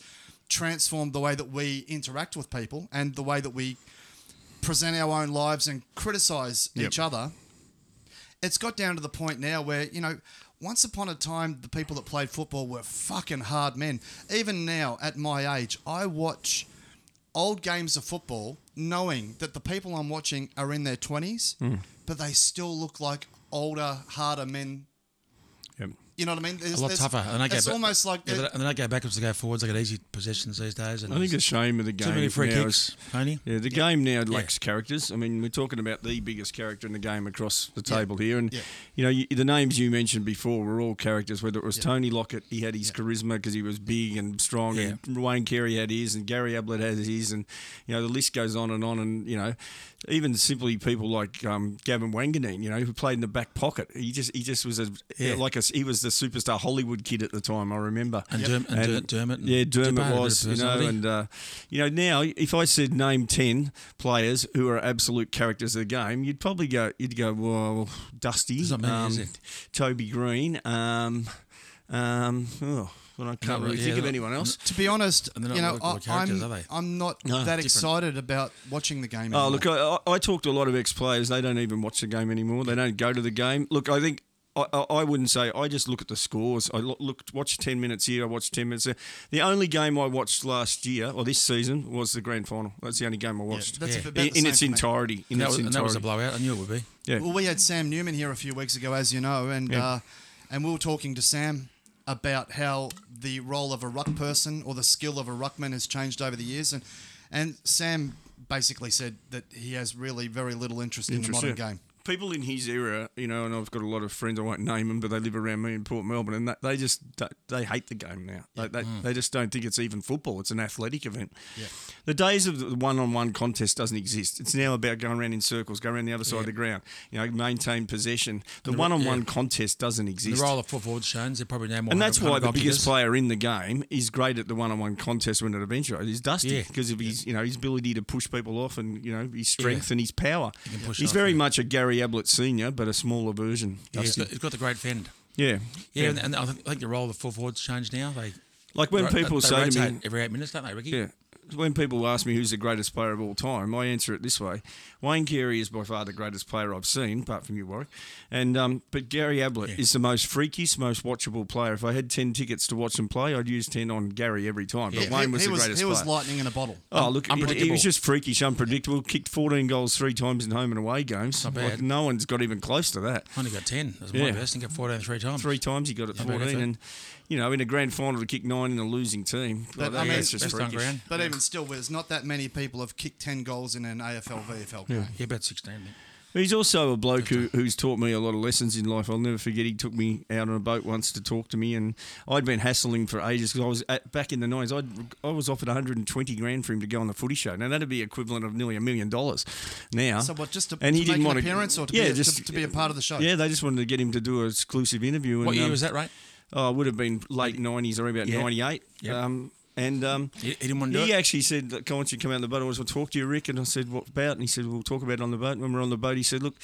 Speaker 1: transformed the way that we interact with people and the way that we present our own lives and criticize
Speaker 3: Yep.
Speaker 1: each other. It's got down to the point now where, you know, once upon a time the people that played football were fucking hard men. Even now, at my age, I watch old games of football knowing that the people I'm watching are in their 20s,
Speaker 2: Hmm.
Speaker 1: but they still look like older, harder men.
Speaker 3: yeah.
Speaker 1: You know what I mean? There's-
Speaker 2: A lot
Speaker 1: there's-
Speaker 2: tougher. And they go
Speaker 1: It's
Speaker 2: ba-
Speaker 1: almost like
Speaker 2: Yeah, uh,
Speaker 1: the-
Speaker 2: they- and they don't go backwards, they go forwards. They get easy possessions these days. And
Speaker 3: I think the shame of the game
Speaker 2: too many free
Speaker 3: now
Speaker 2: kicks,
Speaker 3: is
Speaker 2: Tony.
Speaker 3: yeah, the game now lacks characters. I mean, we're talking about the biggest character in the game across the table here, and
Speaker 1: Yeah.
Speaker 3: you know you, the names you mentioned before were all characters. Whether it was Tony Lockett, he had his charisma because he was big and strong, and Wayne Carey had his, and Gary Ablett had his, and you know the list goes on and on. And you know, even simply people like um, Gavin Wanganeen, you know, who played in the back pocket. He just he just was a
Speaker 2: Yeah.
Speaker 3: like a, he was the superstar Hollywood kid at the time. I remember
Speaker 2: And Derm- and Der- Dermot and
Speaker 3: yeah,
Speaker 2: Dupay had a
Speaker 3: Dermot
Speaker 2: bit
Speaker 3: was,
Speaker 2: of
Speaker 3: you know,
Speaker 2: personality.
Speaker 3: and uh, you know now if I said name ten players who are absolute characters of the game, you'd probably go, you'd go, well, Dusty,
Speaker 2: There's not many,
Speaker 3: um,
Speaker 2: is there?
Speaker 3: Toby Green, um, um, oh, well, I can't
Speaker 2: No,
Speaker 3: really
Speaker 2: yeah,
Speaker 3: think of
Speaker 2: they're-
Speaker 3: anyone else.
Speaker 1: to be honest,
Speaker 2: And they're not
Speaker 1: you know,
Speaker 2: local
Speaker 1: I,
Speaker 2: characters, are
Speaker 1: I'm,
Speaker 2: they?
Speaker 1: I'm not that excited about watching the game.
Speaker 3: Oh,
Speaker 1: anymore.
Speaker 3: look, I, I I talk to a lot of ex-players. They don't even watch the game anymore. They don't go to the game. Look, I think. I, I I wouldn't say I just look at the scores. I lo- look, watch ten minutes here. I watch ten minutes there. The only game I watched last year or this season was the grand final. That's the only game I watched.
Speaker 1: that's about the
Speaker 3: in, in
Speaker 1: same
Speaker 3: its
Speaker 1: for me.
Speaker 3: entirety. In
Speaker 2: that
Speaker 3: its
Speaker 2: was, and that was a
Speaker 3: entirety.
Speaker 2: blowout. I knew it would be.
Speaker 3: Yeah.
Speaker 1: Well, we had Sam Newman here a few weeks ago, as you know, and
Speaker 3: Yeah.
Speaker 1: uh, and we were talking to Sam about how the role of a ruck person or the skill of a ruckman has changed over the years, and and Sam basically said that he has really very little interest in the
Speaker 3: Interest,
Speaker 1: modern
Speaker 3: yeah.
Speaker 1: game.
Speaker 3: people in his era, you know, and I've got a lot of friends. I won't name them, but they live around me in Port Melbourne, and that, they just don't- they hate the game now. They, they,
Speaker 1: Mm.
Speaker 3: they just don't think it's even football. It's an athletic event. Yeah. The days of the one-on-one contest doesn't exist. It's now about going around in circles, go around the other side of the ground. You know, maintain possession. The one-on-one contest doesn't
Speaker 2: The
Speaker 3: exist.
Speaker 2: role of foot forward shown, they're probably now more.
Speaker 3: And that's why the biggest
Speaker 2: player.
Speaker 3: player in the game is great at the one-on-one contest when it eventuates. Is Dusty
Speaker 2: Yeah.
Speaker 3: because of his, you know, his ability to push people off and you know his strength and his power.
Speaker 2: can push
Speaker 3: He's
Speaker 2: off,
Speaker 3: very
Speaker 2: yeah.
Speaker 3: much a Gary Ablett senior, but a smaller version.
Speaker 2: Yeah, he's
Speaker 3: Dusty.
Speaker 2: got, he's got the great fend.
Speaker 3: Yeah,
Speaker 2: Yeah, and, and I think- I think the role of foot forwards changed now. They
Speaker 3: Like when
Speaker 2: they- they-
Speaker 3: people
Speaker 2: they
Speaker 3: say to me-
Speaker 2: rotate every eight minutes, don't they, Ricky?
Speaker 3: yeah. When people ask me who's the greatest player of all time, I answer it this way: Wayne Carey is by far the greatest player I've seen, apart from you, Warwick. And um, but Gary Ablett is the most freakiest, most watchable player. If I had ten tickets to watch him play, I'd use ten on Gary every time. But Wayne was
Speaker 1: he
Speaker 3: the
Speaker 1: was,
Speaker 3: greatest
Speaker 1: he
Speaker 3: player.
Speaker 1: was lightning in a bottle.
Speaker 3: Oh, look, he- He,
Speaker 2: unpredictable.
Speaker 3: was just freakish, unpredictable. Kicked 14 goals three times in home and away games.
Speaker 2: Not bad.
Speaker 3: Like, no one's got even close to that.
Speaker 2: I Only got ten. That's my
Speaker 3: Yeah.
Speaker 2: best. I think I got fourteen three times.
Speaker 3: Three times he got it
Speaker 2: Not bad
Speaker 3: 14,
Speaker 2: effort.
Speaker 3: and you know, in a grand final to kick nine in a losing team. like,
Speaker 1: But, I
Speaker 3: that-
Speaker 1: mean,
Speaker 3: that's just
Speaker 2: best on
Speaker 3: freakish.
Speaker 2: ground.
Speaker 1: But even still, there's not that many people have kicked 10 goals in an AFL VFL game.
Speaker 2: Yeah, about sixteen. I think.
Speaker 3: He's also a bloke who, who's taught me a lot of lessons in life. I'll never forget. He took me out on a boat once to talk to me, and I'd been hassling for ages because I was at, back in the nineties. I I was offered 120 grand for him to go on the footy show. Now that'd be equivalent of nearly a million dollars now.
Speaker 1: So what, just to,
Speaker 3: and he
Speaker 1: to
Speaker 3: didn't
Speaker 1: make
Speaker 3: want
Speaker 1: an appearance or to,
Speaker 3: yeah,
Speaker 1: be, a-
Speaker 3: just
Speaker 1: to, to be a part of the show?
Speaker 3: Yeah, they just wanted to get him to do an exclusive interview. And,
Speaker 2: What year
Speaker 3: um,
Speaker 2: was that, right?
Speaker 3: Oh, it would have been late nineties or about
Speaker 2: Yeah.
Speaker 3: ninety eight.
Speaker 2: Yep.
Speaker 3: Um, and um,
Speaker 2: He- he didn't wanna do
Speaker 3: he
Speaker 2: it?
Speaker 3: actually said, "Look, "I want you to come out on the boat. I want to talk to you, Rick." And I said, "What about?" And he said, "We'll talk about it on the boat." And when we we're on the boat, he said, "Look,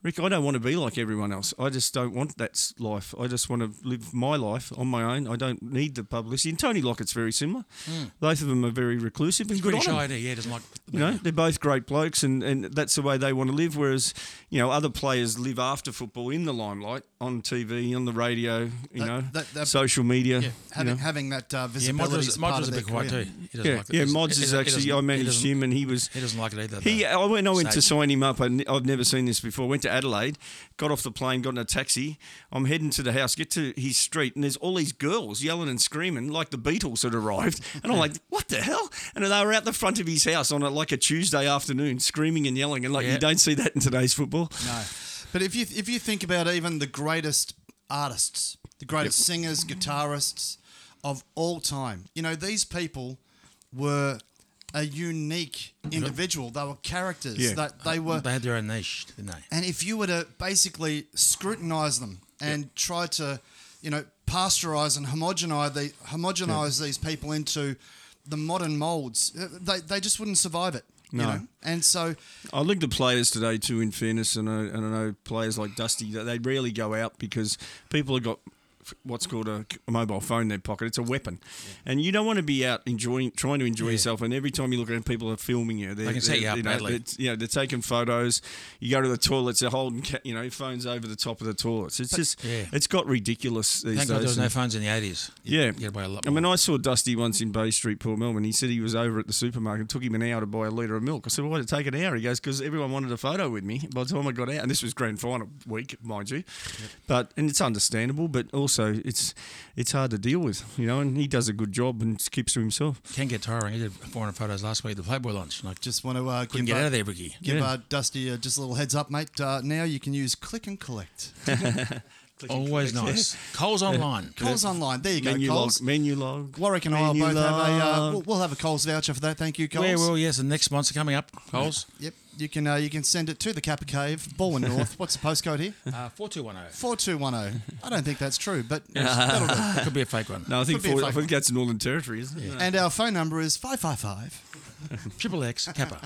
Speaker 3: Rick, I don't want to be like everyone else. I just don't want that s- life. I just want to live my life on my own. I don't need the publicity." And Tony Lockett's very similar.
Speaker 2: Hmm.
Speaker 3: Both of them are very reclusive and good on
Speaker 2: British
Speaker 3: 'em.
Speaker 2: ID. Yeah, doesn't like.
Speaker 3: You know, they're both great blokes, and, and that's the way they want to live. Whereas, you know, other players live after football in the limelight, on TV, on the radio, you
Speaker 1: That-
Speaker 3: know,
Speaker 1: that- that-
Speaker 3: social media.
Speaker 1: Yeah, having,
Speaker 3: you know.
Speaker 1: having that uh,
Speaker 2: Yeah, Mod
Speaker 1: visibility
Speaker 2: was,
Speaker 1: is
Speaker 2: Mod
Speaker 1: part
Speaker 2: was
Speaker 1: of
Speaker 2: a
Speaker 1: their
Speaker 2: bit quiet
Speaker 1: career.
Speaker 2: too. He doesn't
Speaker 3: yeah,
Speaker 2: like it.
Speaker 3: yeah,
Speaker 2: He
Speaker 3: Mods
Speaker 2: doesn't-
Speaker 3: is
Speaker 2: he
Speaker 3: actually
Speaker 2: doesn't-
Speaker 3: I
Speaker 2: he
Speaker 3: managed
Speaker 2: doesn't-
Speaker 3: him, and he was.
Speaker 2: He doesn't like it either.
Speaker 3: He, uh,
Speaker 2: though.
Speaker 3: I went. I went to
Speaker 2: Sage.
Speaker 3: sign him up. I, have never seen this before. Went to Adelaide, got off the plane, got in a taxi. I'm heading to the house. Get to his street, and there's all these girls yelling and screaming like the Beatles had arrived. And I'm like, "What the hell?" And they were out the front of his house on a, like a Tuesday afternoon, screaming and yelling. And like
Speaker 2: Yeah.
Speaker 3: you don't see that in today's football.
Speaker 1: No. But if you if you think about even the greatest artists, the greatest singers, guitarists of all time, you know these people were a unique individual. They were characters.
Speaker 3: Yeah.
Speaker 1: That they were.
Speaker 2: They had their own niche, didn't they?
Speaker 1: And if you were to basically scrutinize them and try to, you know, pasteurize and homogenize, the, homogenize these people into the modern molds, uh, they, they just wouldn't survive it. You
Speaker 3: No.
Speaker 1: know? And so
Speaker 3: I look at the players today too. In fairness, and I, and I know players like Dusty, they- they rarely go out because people have got what's called a, c- a mobile phone in their pocket. It's a weapon, and you don't want to be out enjoying, trying to enjoy yourself. And every time you look around, people are filming you. They're,
Speaker 2: They can set
Speaker 3: they're-
Speaker 2: you up
Speaker 3: know,
Speaker 2: badly.
Speaker 3: it's- you know, they're taking photos. You go to the toilets, they're holding, ca- you know, your phones over the top of the toilets. It's just,
Speaker 2: Yeah.
Speaker 3: it's got ridiculous
Speaker 2: Thank
Speaker 3: these days.
Speaker 2: God there was
Speaker 3: And-
Speaker 2: no phones in the eighties.
Speaker 3: yeah.
Speaker 2: get away a lot
Speaker 3: I
Speaker 2: more.
Speaker 3: mean, I saw Dusty once in Bay Street, Port Melbourne. He said he was over at the supermarket. It took him an hour to buy a litre of milk. I said, why did it take an hour? He goes, because everyone wanted a photo with me by the time I got out. And this was grand final week, mind you. But And it's understandable, but also it's it's hard to deal with, you know. And he does a good job and keeps to himself.
Speaker 2: Can get tiring. He did 400 photos last week at the Playboy lunch. And I just
Speaker 1: just want to uh,
Speaker 2: couldn't
Speaker 1: give,
Speaker 2: get out
Speaker 1: uh,
Speaker 2: of there, Ricky.
Speaker 1: give
Speaker 3: Yeah.
Speaker 1: uh, Dusty uh, just a little heads up, mate. Uh, now you can use click and collect.
Speaker 3: (laughs)
Speaker 2: Always nice. Coles online.
Speaker 1: Coles online. There you go,
Speaker 3: Menu log.
Speaker 1: Coles.
Speaker 3: Menu log.
Speaker 1: Warwick and I will
Speaker 3: menu
Speaker 1: both have a. Uh,
Speaker 3: log.
Speaker 1: we'll, we'll have a Coles voucher for that. Thank you, Coles.
Speaker 2: Where will yes, the next sponsor coming up, Coles.
Speaker 1: Yep, you can uh, you can send it to the Kappa Cave,
Speaker 3: (laughs)
Speaker 1: Baldwin North. What's the postcode here?
Speaker 2: Uh, four two one zero.
Speaker 1: Four two one zero. I don't think that's true,
Speaker 3: (laughs)
Speaker 1: but that'll do.
Speaker 2: Could be a fake one.
Speaker 3: no, I think,
Speaker 1: Could be a
Speaker 3: four, I
Speaker 1: fake
Speaker 3: think that's Northern Territory, isn't it?
Speaker 1: And our phone number is five five five.
Speaker 2: Triple X Kappa.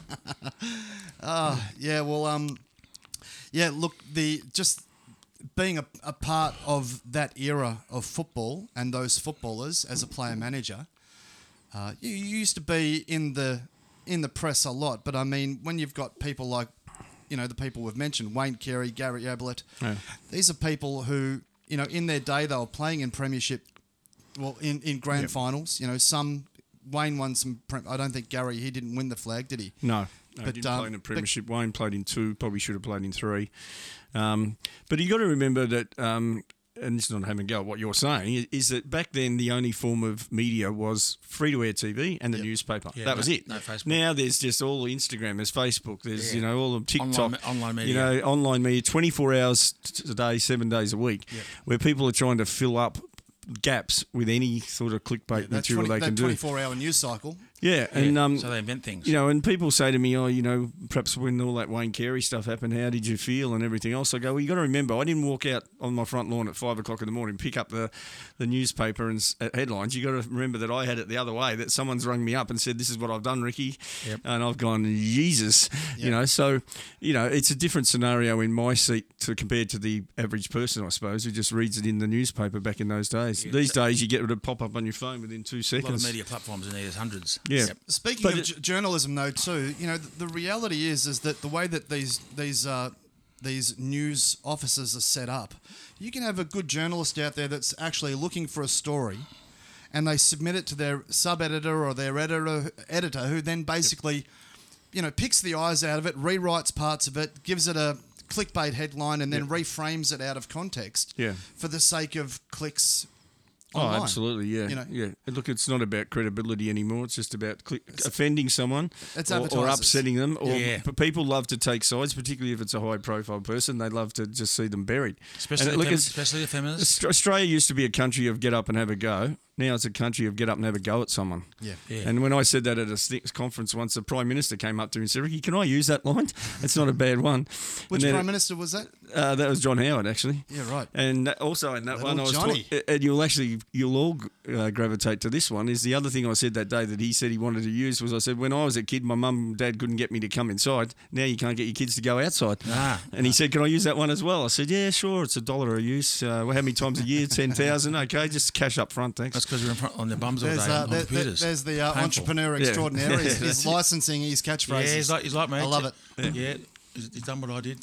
Speaker 1: Yeah, well, um, yeah. Look, the just being a, a part of that era of football and those footballers as a player manager, uh, you, you used to be in the in the press a lot, but I mean, when you've got people like you know the people we've mentioned, Wayne Carey, Gary Ablett, these are people who you know in their day they were playing in premiership, well, in in grand finals. You know, some Wayne won some. Prem- I don't think Gary he didn't win the flag, did he?
Speaker 3: No, no
Speaker 1: But,
Speaker 3: he didn't
Speaker 1: um,
Speaker 3: play in the
Speaker 1: but-
Speaker 3: premiership. Wayne played in two. Probably should have played in three. Um, but you got to remember that um, and this is not having a go at what you're saying, is, is that back then the only form of media was free to air TV and the newspaper.
Speaker 2: Yeah,
Speaker 3: that
Speaker 2: no-
Speaker 3: was it.
Speaker 2: no Facebook.
Speaker 3: Now there's just all the Instagram, there's Facebook, there's you know all the TikTok,
Speaker 2: Online- online media.
Speaker 3: you know online media, 24 hours t- a day, seven days a week, where people are trying to fill up gaps with any sort of clickbait
Speaker 1: That,
Speaker 3: material
Speaker 1: 20,
Speaker 3: they
Speaker 1: that
Speaker 3: can do.
Speaker 1: 24 hour news cycle.
Speaker 3: Yeah, (laughs) and um,
Speaker 2: so they invent things.
Speaker 3: you know, and people say to me, "Oh, you know, perhaps when all that Wayne Carey stuff happened, how did you feel and everything else?" I go, "Well, you got to remember, I didn't walk out on my front lawn at five o'clock in the morning, pick up the, the newspaper and s- uh, headlines. You got to remember that I had it the other way. That someone's rung me up and said, "This is what I've done, Ricky,"
Speaker 2: Yep.
Speaker 3: and I've gone, "Jesus," you know. So, you know, it's a different scenario in my seat to compared to the average person, I suppose, who just reads it in the newspaper back in those days. These days, you get it to pop up on your phone within
Speaker 2: a
Speaker 3: two
Speaker 2: lot of
Speaker 3: seconds.
Speaker 2: media platforms in there. There's hundreds.
Speaker 3: Yeah.
Speaker 2: Yep.
Speaker 1: Speaking
Speaker 3: But
Speaker 1: of
Speaker 3: it-
Speaker 1: j- journalism, though, too, you know, the, the reality is is that the way that these these uh, these news offices are set up, you can have a good journalist out there that's actually looking for a story, and they submit it to their sub editor or their editor editor, who then basically, you know, picks the eyes out of it, rewrites parts of it, gives it a clickbait headline, and then reframes it out of context,
Speaker 3: Yeah.
Speaker 1: for the sake of clicks.
Speaker 3: Oh,
Speaker 1: online.
Speaker 3: absolutely, yeah,
Speaker 1: You know?
Speaker 3: yeah. And Look, it's not about credibility anymore. It's just about cli offending someone
Speaker 1: It's
Speaker 3: or, or
Speaker 1: advertisers.
Speaker 3: upsetting them. Or
Speaker 2: Yeah.
Speaker 3: p- people love to take sides, particularly if it's a high-profile person. They love to just see them buried.
Speaker 2: Especially,
Speaker 3: and
Speaker 2: look,
Speaker 3: look,
Speaker 2: fem-
Speaker 3: it's-
Speaker 2: especially the feminists.
Speaker 3: Aust- Australia used to be a country of get up and have a go. Now it's a country of get up and have a go at someone.
Speaker 1: Yeah.
Speaker 2: Yeah.
Speaker 3: And when I said that at a st- conference once, the prime minister came up to me and said, "Ricky, can I use that line? (laughs) It's not a bad one."
Speaker 1: Which
Speaker 3: and then-
Speaker 1: prime minister was that?
Speaker 3: uh, that was John Howard, actually.
Speaker 1: Yeah, right.
Speaker 3: And that, also in that
Speaker 1: Little
Speaker 3: one, I was
Speaker 1: Johnny.
Speaker 3: talk- and you'll actually you'll all uh, gravitate to this one. Is the other thing I said that day that he said he wanted to use was I said when I was a kid, my mum and dad couldn't get me to come inside. Now you can't get your kids to go outside.
Speaker 2: Ah.
Speaker 3: and he said, "Can I use that one as well?" I said, "Yeah, sure. It's a dollar a use. Uh, well, how many times
Speaker 1: (laughs)
Speaker 3: a year? Ten thousand. Okay, just cash up front, thanks."
Speaker 2: That's because we're in front on their bums all day
Speaker 1: There's, uh,
Speaker 2: on
Speaker 1: there- there-
Speaker 2: computers.
Speaker 1: there's the uh,
Speaker 2: Painful.
Speaker 1: entrepreneur extraordinaire.
Speaker 3: Yeah. (laughs)
Speaker 1: He's, he's licensing his
Speaker 2: Yeah,
Speaker 1: catchphrases.
Speaker 2: he's like, he's like me.
Speaker 1: I love it.
Speaker 2: Yeah, he's, he's done what I did.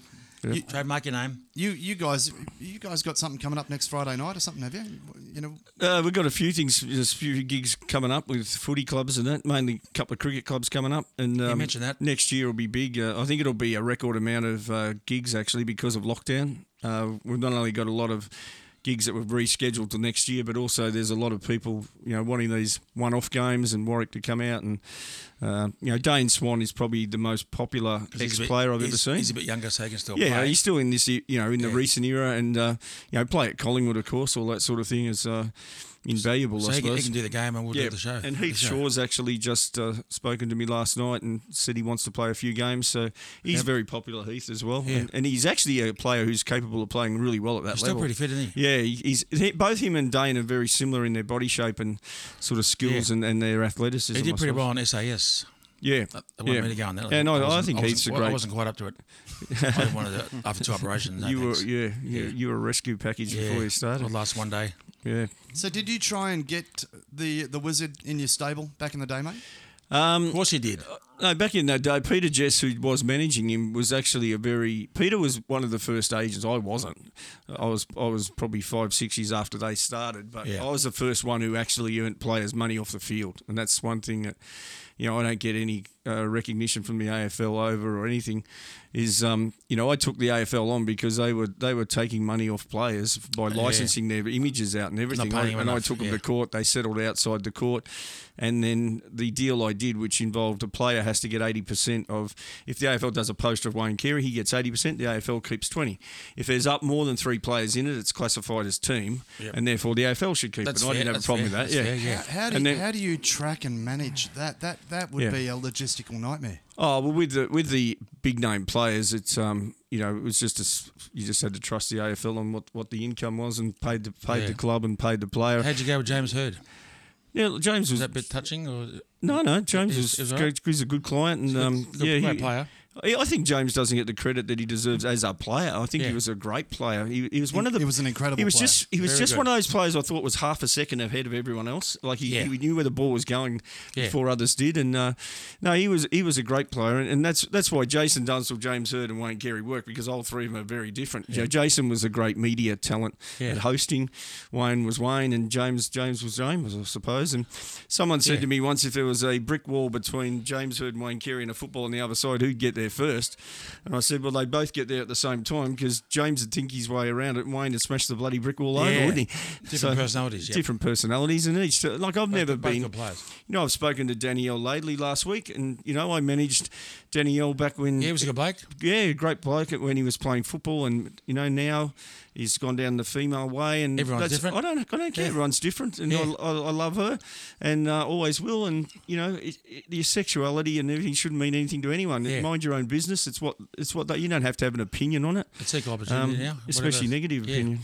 Speaker 2: You, trademark your name.
Speaker 1: You, you guys, you guys got something coming up next Friday night or something, have you? You know,
Speaker 3: Uh, we've got a few things, just a few gigs coming up with footy clubs and that, mainly a couple of cricket clubs coming up. And um,
Speaker 2: mentioned that.
Speaker 3: next year will be big. Uh, I think it'll be a record amount of uh, gigs actually because of lockdown. Uh, we've not only got a lot of gigs that we've rescheduled to next year, but also there's a lot of people you know wanting these one-off games and Warwick to come out and uh, you know Dane Swan is probably the most popular
Speaker 2: 'Cause he's a bit-
Speaker 3: ex-player I've ever
Speaker 2: he's-
Speaker 3: seen.
Speaker 2: He's a bit younger, so he can still
Speaker 3: Yeah,
Speaker 2: play.
Speaker 3: he's still in this, e, you know, in the
Speaker 2: Yeah.
Speaker 3: recent era, and uh, you know, play at Collingwood, of course, all that sort of thing is uh, invaluable.
Speaker 2: so
Speaker 3: I
Speaker 2: he can,
Speaker 3: suppose.
Speaker 2: he can do the game and we'll
Speaker 3: yeah,
Speaker 2: do the show.
Speaker 3: and
Speaker 2: The
Speaker 3: Heath
Speaker 2: show.
Speaker 3: Shaw's actually just uh, spoken to me last night and said he wants to play a few games, so he's very popular, Heath, as well.
Speaker 2: Yeah.
Speaker 3: And, and he's actually a player who's capable of playing really well at that
Speaker 2: He's still
Speaker 3: level.
Speaker 2: pretty fit, isn't he?
Speaker 3: Yeah, he- he's he, both him and Dane are very similar in their body shape and sort of skills
Speaker 2: Yeah.
Speaker 3: and, and their athleticism.
Speaker 2: He
Speaker 3: I
Speaker 2: did pretty
Speaker 3: suppose.
Speaker 2: well Uh, on SAS.
Speaker 3: Yeah,
Speaker 2: That that
Speaker 3: yeah.
Speaker 2: wasn't really going that.
Speaker 3: Yeah, no, I,
Speaker 2: wasn't-
Speaker 3: think
Speaker 2: wasn't-
Speaker 3: Heath's a
Speaker 2: I
Speaker 3: great.
Speaker 2: wasn't quite up to it. I didn't want to do it after two operations. No
Speaker 3: (laughs) you were,
Speaker 2: thanks.
Speaker 3: yeah, yeah, you were a rescue package
Speaker 2: yeah.
Speaker 3: before you
Speaker 2: Well,
Speaker 3: started.
Speaker 2: last one day.
Speaker 3: Yeah.
Speaker 1: so did you try and get the the wizard in your stable back in the day, mate?
Speaker 3: Um,
Speaker 2: Of course he did.
Speaker 3: No, back in that day, Peter Jess, who was managing him, was actually a very. Peter was one of the first agents. I wasn't. I was. I was probably five, six years after they started. But
Speaker 2: Yeah.
Speaker 3: I was the first one who actually earned players money off the field, and that's one thing that, you know, I don't get any uh, recognition from the AFL over or anything. Is um, you know, I took the AFL on because they were they were taking money off players by licensing their images out and everything.
Speaker 2: paying them
Speaker 3: and I
Speaker 2: enough,
Speaker 3: took them
Speaker 2: yeah.
Speaker 3: to court. They settled outside the court, and then the deal I did, which involved a player has to get eighty percent of. If the AFL does a poster of Wayne Carey, he gets eighty percent. The AFL keeps twenty. If there's up more than three players in it, it's classified as team,
Speaker 2: Yep.
Speaker 3: and therefore the AFL should keep
Speaker 2: That's
Speaker 3: it.
Speaker 2: fair.
Speaker 3: I didn't have
Speaker 2: that's
Speaker 3: a problem
Speaker 2: fair,
Speaker 3: with that.
Speaker 2: that's
Speaker 3: Yeah.
Speaker 2: fair, yeah.
Speaker 1: How do
Speaker 3: And
Speaker 1: you,
Speaker 3: then-
Speaker 1: how do you track and manage that? That that would
Speaker 3: Yeah.
Speaker 1: be a logistical nightmare.
Speaker 3: Oh well, with the with the big name players, it's um you know it was just a s you just had to trust the AFL on what, what the income was and paid the paid
Speaker 2: Yeah.
Speaker 3: the club and paid the player.
Speaker 2: How'd you go with James Heard?
Speaker 3: Yeah, James
Speaker 2: Was
Speaker 3: was
Speaker 2: that a bit touching? Or
Speaker 3: No, no. James
Speaker 2: Is-
Speaker 3: is,
Speaker 2: is
Speaker 3: is,
Speaker 2: all right?
Speaker 3: he's a good client, and
Speaker 2: He's a good-
Speaker 3: um,
Speaker 2: he's a
Speaker 3: yeah,
Speaker 2: great
Speaker 3: he-
Speaker 2: player.
Speaker 3: I I think James doesn't get the credit that he deserves as a player. I think
Speaker 2: Yeah.
Speaker 3: he was a great player. He, he was one of the.
Speaker 1: He was an incredible
Speaker 3: He was
Speaker 1: player.
Speaker 3: just. He was
Speaker 2: Very
Speaker 3: just
Speaker 2: good.
Speaker 3: one of those players I thought was half a second ahead of everyone else. Like he,
Speaker 2: Yeah.
Speaker 3: he knew where the ball was going
Speaker 2: Yeah.
Speaker 3: before others did, and uh, no, he was he was a great player, and, and that's that's why Jason Dunstall, James Hurd, and Wayne Carey worked because all three of them are very different. You know, Jason was a great media talent
Speaker 2: Yeah.
Speaker 3: at hosting. Wayne was Wayne, and James James was James, I suppose. And someone said
Speaker 2: Yeah.
Speaker 3: to me once if there was a brick wall between James Hurd and Wayne Carey and a football on the other side, who'd get there first. And I said, well, they both get there at the same time because James would think his way around it and Wayne would smash the bloody brick wall over,
Speaker 2: Yeah.
Speaker 3: wouldn't he?
Speaker 2: Different personalities, yep.
Speaker 3: Different personalities. And each, like, I've never
Speaker 2: both
Speaker 3: been.
Speaker 2: good players.
Speaker 3: You know, I've spoken to Danielle Laidley last week and, you know, I managed Danielle back when
Speaker 2: Yeah, he was a good bloke.
Speaker 3: yeah, great bloke when he was playing football, and you know now he's gone down the female way, and
Speaker 2: Everyone's
Speaker 3: that's-
Speaker 2: different.
Speaker 3: I don't, I don't care.
Speaker 2: Yeah.
Speaker 3: Everyone's different, and
Speaker 2: Yeah.
Speaker 3: I, I, I love her, and uh, always will. And you know, it, it, your sexuality and everything shouldn't mean anything to anyone.
Speaker 2: Yeah.
Speaker 3: Mind your own business. It's what it's what they, you don't have to have an opinion on it,
Speaker 2: It's equal
Speaker 3: um,
Speaker 2: opportunity now. whatever.
Speaker 3: especially negative
Speaker 2: Yeah.
Speaker 3: opinion.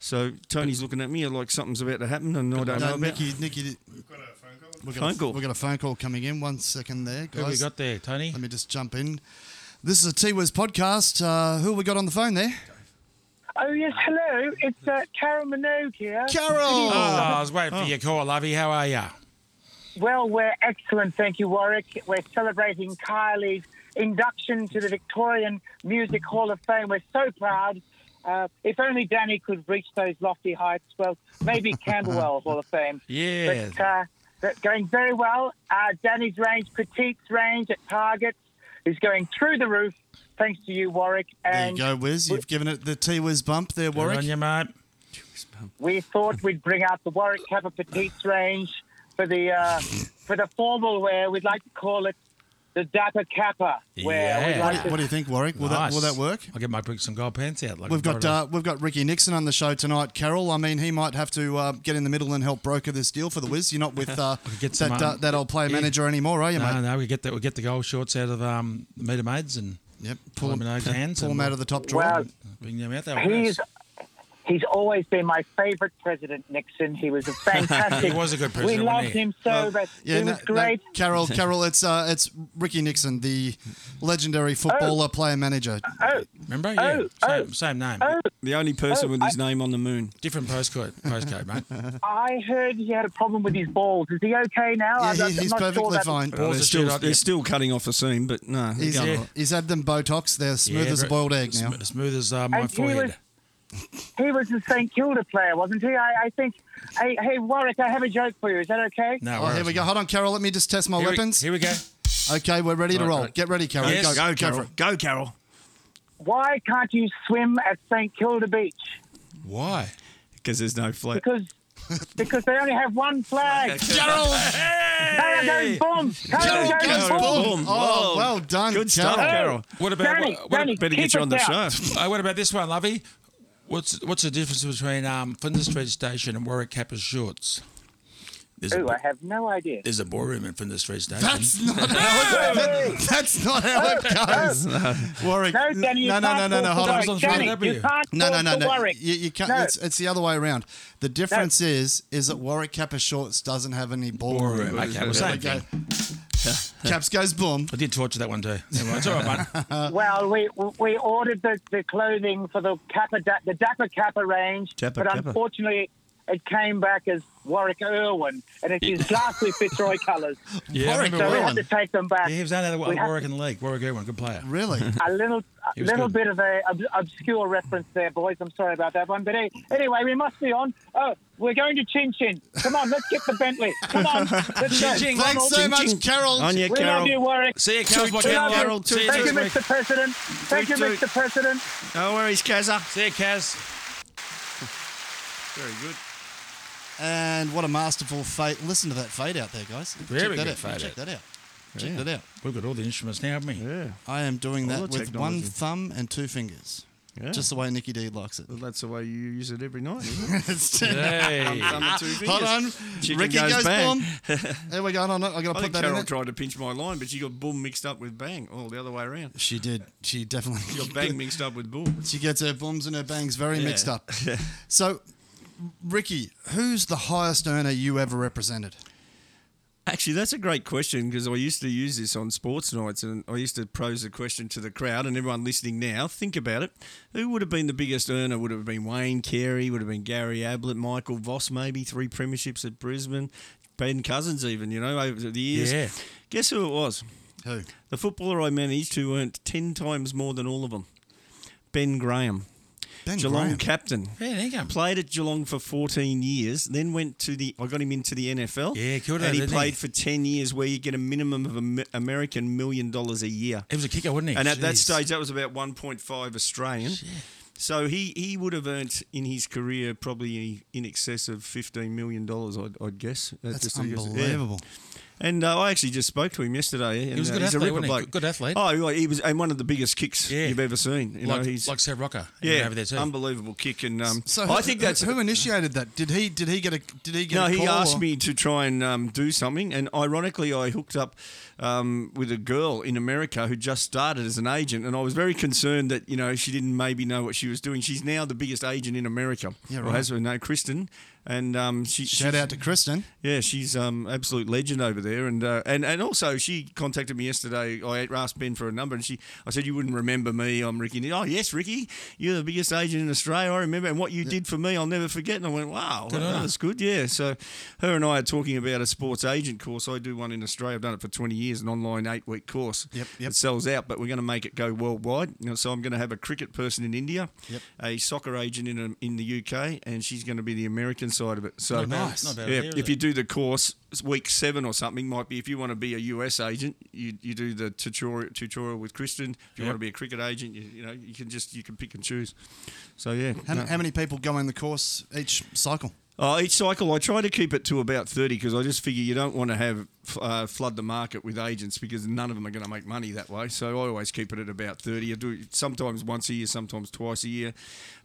Speaker 3: So Tony's looking at me like something's about to happen, and I don't know
Speaker 1: No,
Speaker 3: about.
Speaker 1: Nicky, Nicky, did- we've got a phone call. We've got
Speaker 3: Phone
Speaker 1: a,
Speaker 3: call.
Speaker 1: phone call coming in. One second there,
Speaker 2: Who we
Speaker 1: guys.
Speaker 2: got there, Tony?
Speaker 1: Let me just jump in. This is a T Wiz podcast. Uh, who have we got on the phone there?
Speaker 4: Oh yes, hello. It's uh, Carol Minogue here.
Speaker 1: Carol.
Speaker 2: Oh, I was waiting for your call, lovey. How are you?
Speaker 4: Well, we're excellent, thank you, Warwick. We're celebrating Kylie's induction to the Victorian Music Hall of Fame. We're so proud. Uh, if only Danny could reach those lofty heights. Well, maybe
Speaker 1: (laughs)
Speaker 4: Camberwell Hall of Fame.
Speaker 2: Yeah.
Speaker 4: But, uh, that's going very well. Uh, Danny's range, Petites range at Target, is going through the roof, thanks to you, Warwick.
Speaker 1: There
Speaker 4: And
Speaker 1: you go, Wiz. You've given it the T Wiz bump there,
Speaker 2: Good
Speaker 1: Warwick.
Speaker 2: on you, mate.
Speaker 4: we thought we'd bring out the Warwick Kappa Petites range for the uh, for the formal wear. We'd like to call it the Dapper Kappa wear. We'd
Speaker 2: Yeah.
Speaker 4: like to-
Speaker 1: What do you think, Warwick? Will, that, will that
Speaker 2: Nice.
Speaker 1: work?
Speaker 2: I'll get my bricks and gold pants out. Like
Speaker 1: We've
Speaker 2: a
Speaker 1: got
Speaker 2: corridor.
Speaker 1: uh, we've got Ricky Nixon on the show tonight, Carol. I mean, he might have to uh, get in the middle and help broker this deal for the Wiz. You're not with
Speaker 2: (laughs)
Speaker 1: uh,
Speaker 2: get
Speaker 1: that
Speaker 2: some,
Speaker 1: uh,
Speaker 2: um,
Speaker 1: that old player
Speaker 2: yeah.
Speaker 1: manager anymore, are you,
Speaker 2: no,
Speaker 1: mate?
Speaker 2: no, we get that. We get the gold shorts out of um, the meter maids and
Speaker 1: Yep.
Speaker 2: pull
Speaker 1: Pull,
Speaker 2: them in those
Speaker 3: (laughs)
Speaker 2: hands.
Speaker 1: pull him
Speaker 2: and
Speaker 1: out of the top drawer.
Speaker 4: well,
Speaker 2: Bring them out. That was
Speaker 4: he's
Speaker 2: nice.
Speaker 4: he's always been my favourite president, Nixon.
Speaker 2: (laughs)
Speaker 4: He was a fantastic.
Speaker 2: He was a good president,
Speaker 4: We
Speaker 2: wasn't
Speaker 4: loved
Speaker 2: he?
Speaker 4: him so, but
Speaker 1: Yeah,
Speaker 4: he
Speaker 1: no-
Speaker 4: was
Speaker 1: no,
Speaker 4: great.
Speaker 2: (laughs)
Speaker 1: Carol, Carol, it's uh, it's Ricky Nixon, the legendary footballer, player manager.
Speaker 2: Remember? Yeah.
Speaker 4: Oh,
Speaker 2: same,
Speaker 4: oh,
Speaker 2: same name.
Speaker 3: The only person
Speaker 4: Oh,
Speaker 3: with his name on the moon.
Speaker 2: Different postcode. Postcode,
Speaker 1: (laughs)
Speaker 2: mate.
Speaker 4: I heard he had a problem with his balls. Is he okay now?
Speaker 1: Yeah,
Speaker 4: I'm not-
Speaker 1: he,
Speaker 4: I'm
Speaker 1: he's
Speaker 4: not sure
Speaker 1: perfectly
Speaker 4: that-
Speaker 1: fine.
Speaker 3: Well,
Speaker 2: Balls
Speaker 3: they're,
Speaker 2: are
Speaker 3: still,
Speaker 2: shit up,
Speaker 3: they're
Speaker 2: yeah.
Speaker 3: still cutting off the seam, but no. they're
Speaker 1: He's,
Speaker 3: going
Speaker 2: Yeah.
Speaker 3: all right.
Speaker 1: he's had them Botox. They're smooth
Speaker 2: Yeah,
Speaker 1: as a
Speaker 2: very-
Speaker 1: boiled egg now.
Speaker 2: sm- Smooth as uh, my
Speaker 4: And he was-
Speaker 2: forehead.
Speaker 4: He was a St Kilda player, wasn't he? I, I think. Hey, hey, Warwick, I have a joke for you. Is that okay?
Speaker 2: No,
Speaker 1: Oh, here
Speaker 2: worries,
Speaker 1: we go.
Speaker 2: mate.
Speaker 1: Hold on, Carol. Let me just test my
Speaker 2: Here we-
Speaker 1: weapons.
Speaker 2: Here we go.
Speaker 1: okay, we're ready to
Speaker 2: Right,
Speaker 1: roll.
Speaker 2: right.
Speaker 1: Get ready, Carol.
Speaker 2: Yes.
Speaker 1: Go,
Speaker 3: Go,
Speaker 1: go for
Speaker 3: Carol.
Speaker 1: it.
Speaker 3: Go, Carol.
Speaker 4: Why can't you swim at St Kilda Beach?
Speaker 2: Why?
Speaker 3: Because there's no flat.
Speaker 4: Because because they only have one flag.
Speaker 1: Carol,
Speaker 4: (laughs) Canada goes boom.
Speaker 1: Carol
Speaker 4: Canada
Speaker 1: goes
Speaker 4: goes
Speaker 3: boom.
Speaker 4: boom.
Speaker 1: boom. Oh,
Speaker 3: Boom. Whoa.
Speaker 1: well done,
Speaker 3: Good
Speaker 1: Carol.
Speaker 3: stuff, Carol.
Speaker 2: What about
Speaker 4: Danny,
Speaker 2: what, what,
Speaker 4: Danny,
Speaker 3: Better
Speaker 4: keep
Speaker 3: get you
Speaker 4: it
Speaker 3: on the
Speaker 4: down.
Speaker 3: show.
Speaker 4: (laughs)
Speaker 2: uh, what about this one, lovey? What's what's the difference between um, Flinders Street Station and Warwick Kappa's shorts? There's a,
Speaker 4: Ooh, I have no idea.
Speaker 2: there's a ballroom in Flinders Street Station.
Speaker 1: That's not how it, that- that's not how it goes. Warwick.
Speaker 4: No, Danny, you
Speaker 1: no, no, no,
Speaker 4: can't
Speaker 1: no, no.
Speaker 4: talk
Speaker 1: Hold
Speaker 4: to
Speaker 1: on.
Speaker 2: I was on
Speaker 4: Warwick.
Speaker 2: the
Speaker 4: Danny,
Speaker 2: W.
Speaker 4: you can't
Speaker 1: No, no,
Speaker 4: talk
Speaker 1: no,
Speaker 4: to
Speaker 1: no.
Speaker 4: Warwick.
Speaker 1: You, you can't.
Speaker 4: No.
Speaker 1: It's, it's the other way around. The difference is is that Warwick Kappa Shorts doesn't have any ballroom.
Speaker 2: Ballroom. Okay, well,
Speaker 1: There
Speaker 2: same
Speaker 1: we go. (laughs) Caps goes boom.
Speaker 2: I did torture that one too. Never mind. It's all right,
Speaker 1: (laughs)
Speaker 2: mate.
Speaker 4: Uh, Well, we we ordered the, the clothing for the Kappa, Da- the Dapper Kappa range,
Speaker 3: Dapper
Speaker 4: but
Speaker 3: Kappa.
Speaker 4: unfortunately, it came back as Warwick Irwin, and it's his ghastly Fitzroy
Speaker 1: (laughs)
Speaker 4: colours.
Speaker 2: Yeah, I
Speaker 1: Warwick
Speaker 2: remember
Speaker 4: So we
Speaker 1: Irwin.
Speaker 4: had to take them back.
Speaker 2: Yeah, he was out of the
Speaker 4: We have
Speaker 2: Warwick in the league. Warwick Irwin, good player. (laughs)
Speaker 1: Really?
Speaker 4: a little a
Speaker 2: He was
Speaker 4: little
Speaker 2: good.
Speaker 4: bit of a ob- obscure reference there, boys. I'm sorry about that one, but hey, anyway, we must be on. Oh, we're going to Chin Chin. Come on, let's get the Bentley.
Speaker 2: (laughs)
Speaker 4: Come on, let's
Speaker 2: Chin
Speaker 4: go.
Speaker 2: Chin.
Speaker 4: Come
Speaker 1: Thanks
Speaker 4: on.
Speaker 1: so much,
Speaker 3: Ching.
Speaker 1: Carol.
Speaker 3: On your
Speaker 4: We love you,
Speaker 3: Carol.
Speaker 4: Warwick.
Speaker 2: See you, Carol.
Speaker 4: We love
Speaker 2: Carol.
Speaker 4: you.
Speaker 2: See you
Speaker 4: Thank you,
Speaker 2: next week.
Speaker 4: Mr. President. Thank you,
Speaker 3: Tweet, tweet.
Speaker 4: Mr. President.
Speaker 3: No worries, Kazza.
Speaker 2: See you, Kaz.
Speaker 3: Very good.
Speaker 1: And what a masterful fade. Listen to that fade out there, guys.
Speaker 2: Very
Speaker 1: Check that
Speaker 2: good
Speaker 1: out.
Speaker 2: fade
Speaker 1: Check
Speaker 2: out.
Speaker 1: that out. Check that out.
Speaker 2: We've got all the instruments now, haven't we?
Speaker 3: Yeah.
Speaker 1: I am doing that
Speaker 3: the
Speaker 1: with one
Speaker 3: technology.
Speaker 1: thumb and two fingers.
Speaker 3: Yeah.
Speaker 1: Just the way Nikki D likes
Speaker 3: (laughs)
Speaker 1: it. (laughs)
Speaker 3: Well, that's the way you use it every (laughs) night.
Speaker 1: It's-
Speaker 2: Hey.
Speaker 1: Hold on.
Speaker 3: Chicken
Speaker 1: Ricky goes,
Speaker 3: goes bang.
Speaker 1: boom.
Speaker 3: (laughs)
Speaker 1: There we go. Hold on, i got to
Speaker 3: I
Speaker 1: put
Speaker 3: think
Speaker 1: that
Speaker 3: Carol
Speaker 1: in. there.
Speaker 3: tried to pinch my line, but she got boom mixed up with bang. Oh, the other way around.
Speaker 1: She did. She definitely (laughs)
Speaker 3: She got (laughs) bang mixed up with boom.
Speaker 1: She gets her booms and her bangs very mixed
Speaker 3: (laughs)
Speaker 1: up. So, Ricky, who's the highest earner you ever represented?
Speaker 3: Actually, that's a great question because I used to use this on sports nights and I used to pose the question to the crowd and everyone listening now. Think about it. Who would have been the biggest earner? Would have been Wayne Carey, would have been Gary Ablett, Michael Voss, maybe three premierships at Brisbane, Ben Cousins, even, you know, over the years.
Speaker 2: Yeah.
Speaker 3: Guess who it was?
Speaker 1: Who?
Speaker 3: The footballer I managed who earned 10 times more than all of them Ben Graham.
Speaker 1: Ben
Speaker 3: Geelong
Speaker 1: Graham.
Speaker 3: captain.
Speaker 2: Yeah, there you go.
Speaker 3: Played at Geelong for 14 years, then went to the. I got him into the NFL.
Speaker 2: Yeah, good on
Speaker 3: And
Speaker 2: him,
Speaker 3: he
Speaker 2: didn't
Speaker 3: played
Speaker 2: he?
Speaker 3: for 10 years, where you get a minimum of a American million dollars a year.
Speaker 2: He was a kicker, wasn't he?
Speaker 3: And at that
Speaker 2: Jeez.
Speaker 3: stage, that was about 1.5 Australian. So he, he would have earned in his career probably in excess of $15 million, I'd, I'd guess.
Speaker 1: That's
Speaker 3: just a guess. Yeah.
Speaker 1: unbelievable.
Speaker 3: And uh, I actually just spoke to him yesterday. And,
Speaker 2: was a
Speaker 3: uh,
Speaker 2: good
Speaker 3: he's
Speaker 2: athlete,
Speaker 3: a ripper
Speaker 2: wasn't he?
Speaker 3: bloke.
Speaker 2: Good- good athlete.
Speaker 3: Oh, well, he was, and one of the biggest kicks
Speaker 2: Yeah.
Speaker 3: you've ever seen. You
Speaker 2: like,
Speaker 3: know, he's
Speaker 2: like Seb Rocker. he
Speaker 3: yeah,
Speaker 2: went over there too.
Speaker 3: unbelievable kick. And um,
Speaker 1: So
Speaker 3: I
Speaker 1: who-
Speaker 3: think that's
Speaker 1: who initiated that. Did he? Did he get a? Did he get?
Speaker 3: no,
Speaker 1: a
Speaker 3: he
Speaker 1: call
Speaker 3: asked
Speaker 1: or-
Speaker 3: me to try and um, do something, and ironically, I hooked up um, with a girl in America who just started as an agent, and I was very concerned that you know she didn't maybe know what she was doing. She's now the biggest agent in America,
Speaker 1: Yeah,
Speaker 3: Or
Speaker 1: right.
Speaker 3: has her name, Kristen, and um, she
Speaker 1: Shout
Speaker 3: she's-
Speaker 1: out to Kristen.
Speaker 3: yeah, she's um absolute legend over there, and uh, and and also she contacted me yesterday. I asked Ben for a number, and she I said you wouldn't remember me. I'm Ricky. And, oh yes, Ricky, you're the biggest agent in Australia. I remember, and what you did for me, I'll never forget. And I went, wow,
Speaker 2: on
Speaker 3: that
Speaker 2: her.
Speaker 3: was good. Yeah. So her and I are talking about a sports agent course. I do one in Australia. I've done it for 20 years, an online eight week course.
Speaker 1: Yep, yep.
Speaker 3: It sells out, but we're going to make it go worldwide. You know, So I'm going to have a cricket person in India,
Speaker 1: Yep.
Speaker 3: a soccer agent in um, in the UK, and she's going to be the American side of it. So
Speaker 2: Not bad. Oh, Nice. Not a bad
Speaker 3: yeah,
Speaker 2: idea, is
Speaker 3: if
Speaker 2: it?
Speaker 3: you do the course, it's week seven or something might be. If you want to be a US agent, you, you do the tutorial tutorial with Kristen. If you
Speaker 2: Yep.
Speaker 3: want to be a cricket agent, you, you know you can just you can pick and choose. So yeah,
Speaker 1: How,
Speaker 3: no.
Speaker 1: how many people go in the course each cycle?
Speaker 3: Uh, each cycle, I try to keep it to about 30 because I just figure you don't want to have f- uh, flood the market with agents because none of them are going to make money that way. So I always keep it at about 30. I do it sometimes once a year, sometimes twice a year.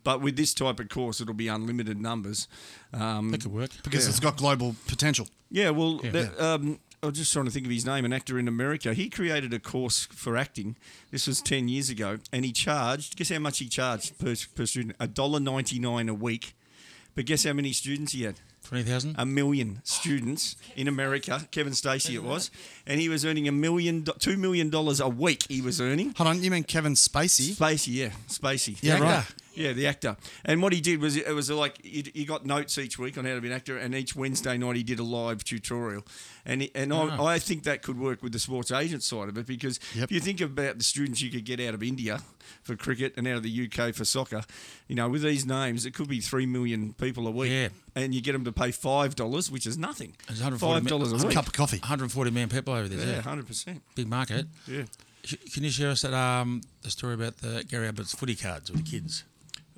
Speaker 3: But with this type of course, it'll be unlimited numbers. Um,
Speaker 2: That could work.
Speaker 1: Because
Speaker 3: Yeah.
Speaker 1: it's got global potential.
Speaker 3: yeah, well,
Speaker 2: Yeah.
Speaker 3: that- um, I was just trying to think of his name. An actor in America, he created a course for acting. This was ten years ago, and he charged. Guess how much he charged per, per student? A dollar ninety nine a week. But guess how many students he had?
Speaker 2: 20,000?
Speaker 3: A million students in America. Kevin Stacey, it was, and he was earning a million, do- two million dollars a week. He was earning.
Speaker 1: Hold on, you mean Kevin Spacey?
Speaker 3: Spacey, yeah, Spacey.
Speaker 1: Yeah,
Speaker 2: actor.
Speaker 1: right.
Speaker 3: Yeah, the actor. And what he did was it was like you, you got notes each week on how to be an actor, and each Wednesday night he did a live tutorial. And he, and I, I think that could work with the sports agent side of it because
Speaker 1: Yep.
Speaker 3: if you think about the students you could get out of India for cricket and out of the UK for soccer, you know, with these names, it could be three million people a week.
Speaker 2: Yeah.
Speaker 3: And you get them to pay five dollars, which is nothing.
Speaker 2: It's 140
Speaker 3: Five dollars
Speaker 1: It's
Speaker 3: a
Speaker 1: a
Speaker 3: week.
Speaker 1: cup of coffee.
Speaker 2: 140 million people over there.
Speaker 3: Yeah,
Speaker 2: Yeah.
Speaker 3: hundred percent.
Speaker 2: Big market.
Speaker 3: Yeah.
Speaker 2: Sh- Can you share us that um, the story about the Gary Abbott's footy cards with the kids?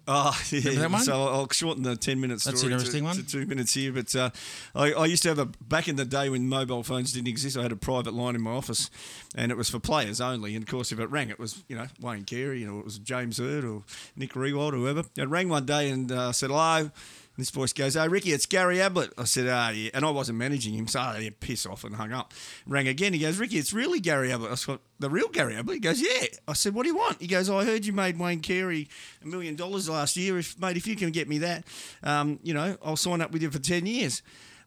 Speaker 3: Oh, (laughs) yeah.
Speaker 2: that one?
Speaker 3: So I'll shorten the 10 minute story
Speaker 2: That's an interesting
Speaker 3: to,
Speaker 2: one.
Speaker 3: to two minutes here. But uh, I, I used to have a, back in the day when mobile phones didn't exist, I had a private line in my office and it was for players only. And of course, if it rang, it was, you know, Wayne Carey or it was James Hurd or Nick Rewald or whoever. It rang one day and uh, said, hello. And this voice goes, "Hey Ricky, it's Gary Ablett." I said, "Ah, yeah," and I wasn't managing him, so I yeah, piss off and hung up. Rang again. He goes, "Ricky, it's really Gary Ablett." I said, "The real Gary Ablett?" He goes, "Yeah." I said, "What do you want?" He goes, "I heard you made Wayne Carey a million dollars last year. If mate, if you can get me that, um, you know, I'll sign up with you for ten years."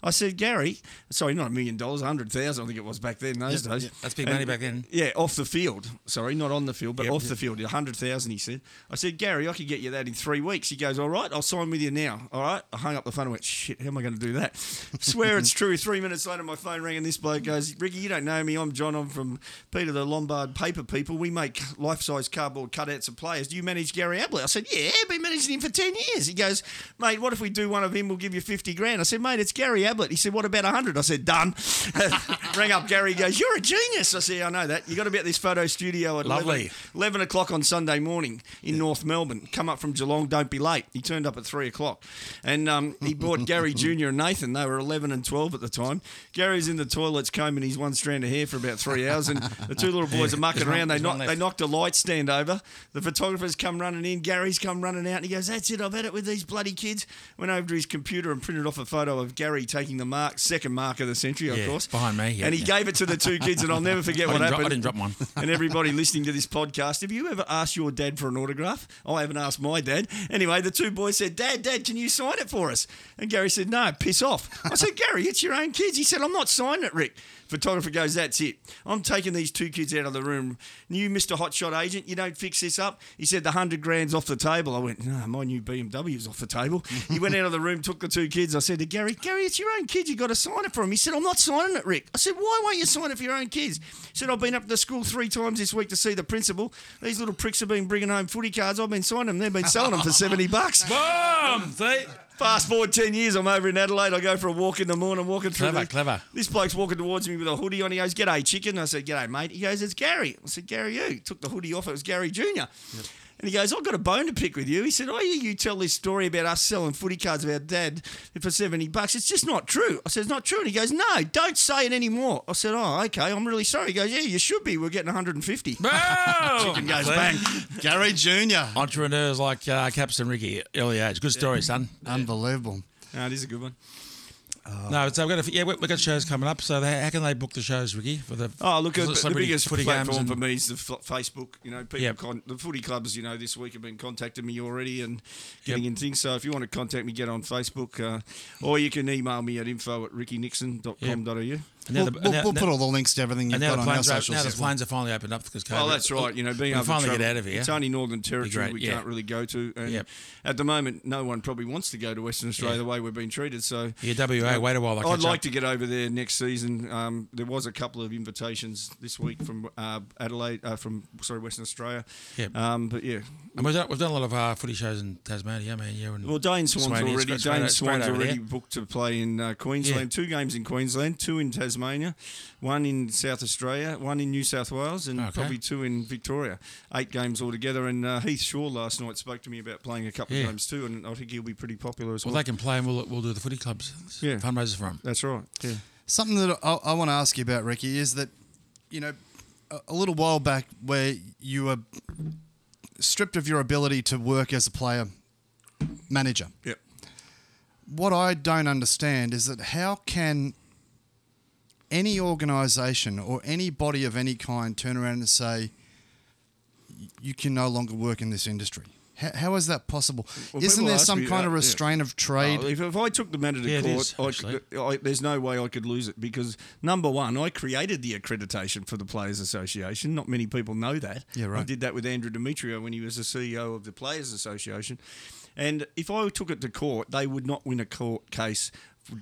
Speaker 3: I said, "Gary, sorry, not a million dollars, a hundred thousand. I think it was back then. Those days.
Speaker 2: That's big
Speaker 3: And-
Speaker 2: money back then.
Speaker 3: yeah, off the field. Sorry, not on the field, but
Speaker 2: Yep.
Speaker 3: off the field. A hundred thousand, he said. I said, Gary, I could get you that in three weeks. He goes, All right, I'll sign with you now. All right. I hung up the phone and went, Shit, how am I going to do that? (laughs) Swear it's true. Three minutes later, my phone rang and this bloke goes, Ricky, you don't know me. I'm John. I'm from Peter the Lombard Paper People. We make life size cardboard cutouts of players. Do you manage Gary Ablett? I said, Yeah, I've been managing him for 10 years. He goes, Mate, what if we do one of him? We'll give you 50 grand. I said, Mate, it's Gary Ablett. He said, What about 100? I said, Done. (laughs) rang up Gary. He goes, You're a genius. I said, I know that. You got to be at this photo studio at
Speaker 2: Lovely.
Speaker 3: 11, 11 o'clock on Sunday morning in North Melbourne. Come up from Geelong, don't be late. He turned up at 3 o'clock. And um,
Speaker 2: (laughs)
Speaker 3: he brought Gary Jr. and Nathan. They were 11 and 12 at the time. Gary's in the toilets combing his one strand of hair for about three hours. And the two little boys are mucking
Speaker 2: There's one-
Speaker 3: around. They
Speaker 2: there's one
Speaker 3: knocked,
Speaker 2: left.
Speaker 3: they knocked a light stand over. The photographer's come running in. Gary's come running out. And he goes, That's it. I've had it with these bloody kids. Went over to his computer and printed off a photo of Gary taking the mark, second mark of the century, of
Speaker 2: Yeah,
Speaker 3: course.
Speaker 2: behind me, yeah,
Speaker 3: and he
Speaker 2: yeah.
Speaker 3: gave it to the two kids. And I'll never forget
Speaker 2: I
Speaker 3: what
Speaker 2: didn't, drop, I didn't
Speaker 3: happened
Speaker 2: drop one.
Speaker 3: (laughs) and everybody listening to this podcast, have you ever asked your dad for an autograph? I haven't asked my dad. Anyway, the two boys said, Dad, Dad, can you sign it for us? And Gary said, No, piss off. I said, Gary, it's your own kids. He said, I'm not signing it, Rick. Photographer goes, That's it. I'm taking these two kids out of the room. New Mr. Hotshot agent, you don't fix this up. He said, The hundred grand's off the table. I went, No, my new BMW's off the table. he went out of the room, took the two kids. I said to Gary, Gary, it's your your own kids. You've got to sign it for them. He said, I'm not signing it, Rick. I said, why won't you sign it for your own kids? He said, I've been up to the school three times this week to see the principal. These little pricks have been bringing home footy cards. I've been signing them. They've been selling them for 70 bucks.
Speaker 2: Boom! (laughs) See?
Speaker 3: Fast forward 10 years, I'm over in Adelaide. I go for a walk in the morning, walking through.
Speaker 2: Clever,
Speaker 3: the-
Speaker 2: clever.
Speaker 3: This bloke's walking towards me with a hoodie on. He goes, G'day, chicken. I said, G'day, mate. He goes, It's Gary. I said, Gary, you. Took the hoodie off. It was Gary Jr. And he goes, I've got a bone to pick with you. He said, Oh, yeah, you tell this story about us selling footy cards of our dad for 70 bucks. It's just not true. I said, It's not true. And he goes, No, don't say it anymore. I said, Oh, okay. I'm really sorry. He goes, Yeah, you should be. We're getting 150.
Speaker 2: Boom!
Speaker 3: And (laughs) goes,
Speaker 2: See?
Speaker 3: Bang.
Speaker 1: Gary Jr.
Speaker 2: Entrepreneurs like uh, Caps and Ricky, early age. Good story, son.
Speaker 1: Unbelievable.
Speaker 3: No, it is a good one. Oh.
Speaker 2: No, so we've got a, yeah, we- we've got shows coming up. So how how can they book the shows, Ricky? For the
Speaker 3: Oh, look, uh, the
Speaker 2: celebrity
Speaker 3: biggest
Speaker 2: footy games
Speaker 3: platform
Speaker 2: and-
Speaker 3: for me is the f- Facebook. You know, people
Speaker 2: Yep.
Speaker 3: con- the footy clubs. You know, this week have been contacting me already and getting
Speaker 2: Yep.
Speaker 3: in things. So if you want to contact me, get on Facebook, uh, or you can email me at info at rickynixon.com.au.
Speaker 2: and now
Speaker 1: We'll,
Speaker 2: the-
Speaker 1: we'll,
Speaker 2: now-
Speaker 1: we'll
Speaker 2: now-
Speaker 1: put all the links to everything you've
Speaker 2: and
Speaker 1: got
Speaker 2: now the
Speaker 1: on our
Speaker 2: planes are,
Speaker 1: socials.
Speaker 2: now the
Speaker 1: as well.
Speaker 2: planes have finally opened up because COVID.
Speaker 3: Oh, that's right. You know, being
Speaker 2: we
Speaker 3: able
Speaker 2: finally
Speaker 3: to
Speaker 2: get
Speaker 3: travel-
Speaker 2: out of here.
Speaker 3: It's only Northern Territory
Speaker 2: great,
Speaker 3: we
Speaker 2: yeah.
Speaker 3: can't really go to, and
Speaker 2: Yep.
Speaker 3: at the moment, no one probably wants to go to Western Australia
Speaker 2: Yeah.
Speaker 3: the way we're being treated. So
Speaker 2: Yeah, WA, wait a while, they'll
Speaker 3: I'd
Speaker 2: catch
Speaker 3: like
Speaker 2: up.
Speaker 3: to get over there next season. Um, there was a couple of invitations this week from uh, Adelaide, uh, from sorry, Western Australia.
Speaker 2: Yep.
Speaker 3: Um, but yeah,
Speaker 2: And we've done, we've done a lot of uh, footy shows in Tasmania. I mean, you and
Speaker 3: Well, Dane Swan's
Speaker 2: Swanee, it's
Speaker 3: already
Speaker 2: straight- straight
Speaker 3: Dane Swan's
Speaker 2: over there.
Speaker 3: already booked to play in uh, Queensland. Two games in Queensland, two in Tasmania, one in South Australia, one in New South Wales, and
Speaker 2: Okay.
Speaker 3: probably two in Victoria. Eight games altogether. And uh, Heath Shaw last night spoke to me about playing a couple
Speaker 2: Yeah.
Speaker 3: of games too, and I think he'll be pretty popular as well.
Speaker 2: Well, they can play, and we'll, we'll do the footy clubs
Speaker 3: Yeah.
Speaker 2: fundraiser for them.
Speaker 3: That's right. Yeah.
Speaker 1: Something that I, I want to ask you about, Ricky, is that, you know, a, a little while back where you were stripped of your ability to work as a player manager.
Speaker 3: Yep.
Speaker 1: What I don't understand is that how can any organisation or any body of any kind turn around and say, you can no longer work in this industry? How, how is that possible?
Speaker 3: Well,
Speaker 1: Isn't
Speaker 3: people
Speaker 1: there
Speaker 3: ask
Speaker 1: some
Speaker 3: me
Speaker 1: kind
Speaker 3: that,
Speaker 1: of
Speaker 3: yeah.
Speaker 1: restraint of trade?
Speaker 3: Oh, if, if I took the matter to
Speaker 2: Yeah, it
Speaker 3: court,
Speaker 2: is,
Speaker 3: I
Speaker 2: actually.
Speaker 3: could- I- there's no way I could lose it because number one, I created the accreditation for the Players Association. Not many people know that.
Speaker 1: Yeah, right.
Speaker 3: I did that with Andrew Demetrio when he was the CEO of the Players Association. And if I took it to court, they would not win a court case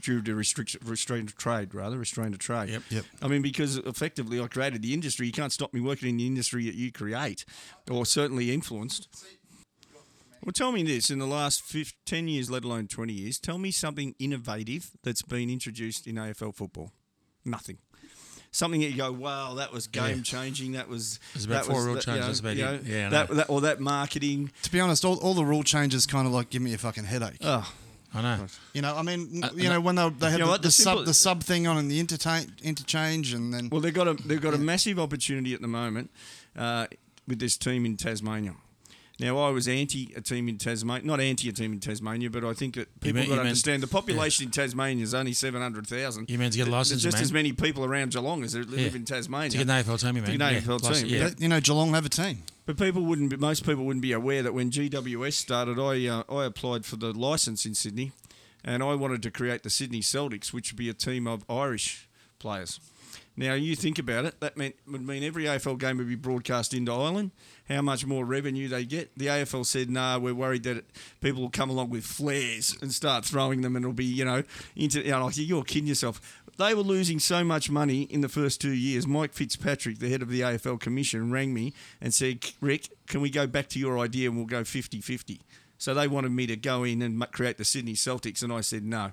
Speaker 3: due to restriction, restraint of trade, rather restraint of trade.
Speaker 2: Yep.
Speaker 1: Yep.
Speaker 3: I mean, because effectively I created the industry. You can't stop me working in the industry that you create, or certainly influenced. Well, tell me this in the last 5, 10 years, let alone 20 years, tell me something innovative that's been introduced in AFL football. Nothing. Something that you go, wow, that was game changing. That was.
Speaker 2: There's about
Speaker 3: that
Speaker 2: four
Speaker 3: was-
Speaker 2: rule
Speaker 3: that,
Speaker 2: changes,
Speaker 3: you know,
Speaker 2: that's about
Speaker 3: you
Speaker 2: it.
Speaker 3: know,
Speaker 2: Yeah, I
Speaker 3: that,
Speaker 2: know.
Speaker 3: that, or that marketing.
Speaker 1: to be honest, all, all the rule changes kind of like give me a fucking headache.
Speaker 3: Oh,
Speaker 2: I know.
Speaker 1: You know, I mean, you know, when they, they had
Speaker 3: uh, You know
Speaker 1: the,
Speaker 3: what,
Speaker 1: the
Speaker 3: the
Speaker 1: sub
Speaker 3: simple-
Speaker 1: the sub thing on in the entertain, interchange, and then
Speaker 3: Well, they've got a they've got a massive opportunity at the moment uh, with this team in Tasmania. Now, I was anti a team in Tasmania, not anti a team in Tasmania, but I think that people
Speaker 2: mean- you
Speaker 3: got to
Speaker 2: mean-
Speaker 3: understand the population in Tasmania is only seven hundred thousand.
Speaker 2: You mean to get a license,
Speaker 3: There's just
Speaker 2: man.
Speaker 3: as many people around Geelong as there live
Speaker 2: Yeah.
Speaker 3: in Tasmania.
Speaker 2: To get an AFL team, you
Speaker 3: To
Speaker 2: mean?
Speaker 3: get an AFL
Speaker 2: plus-
Speaker 3: team.
Speaker 2: Yeah.
Speaker 1: you know, Geelong have a team.
Speaker 3: But people wouldn't. Be, most people wouldn't be aware that when GWS started, I uh, I applied for the license in Sydney, and I wanted to create the Sydney Celtics, which would be a team of Irish players. Now you think about it. That meant would mean every AFL game would be broadcast into Ireland. How much more revenue they get? The AFL said, "No, we're worried that it, people will come along with flares and start throwing them, and it'll be you know into." You know, like, you're kidding yourself. They were losing so much money in the first two years. Mike Fitzpatrick, the head of the AFL Commission, rang me and said, Rick, can we go back to your idea and we'll go 50 50? So they wanted me to go in and ma- create the Sydney Celtics, and I said no.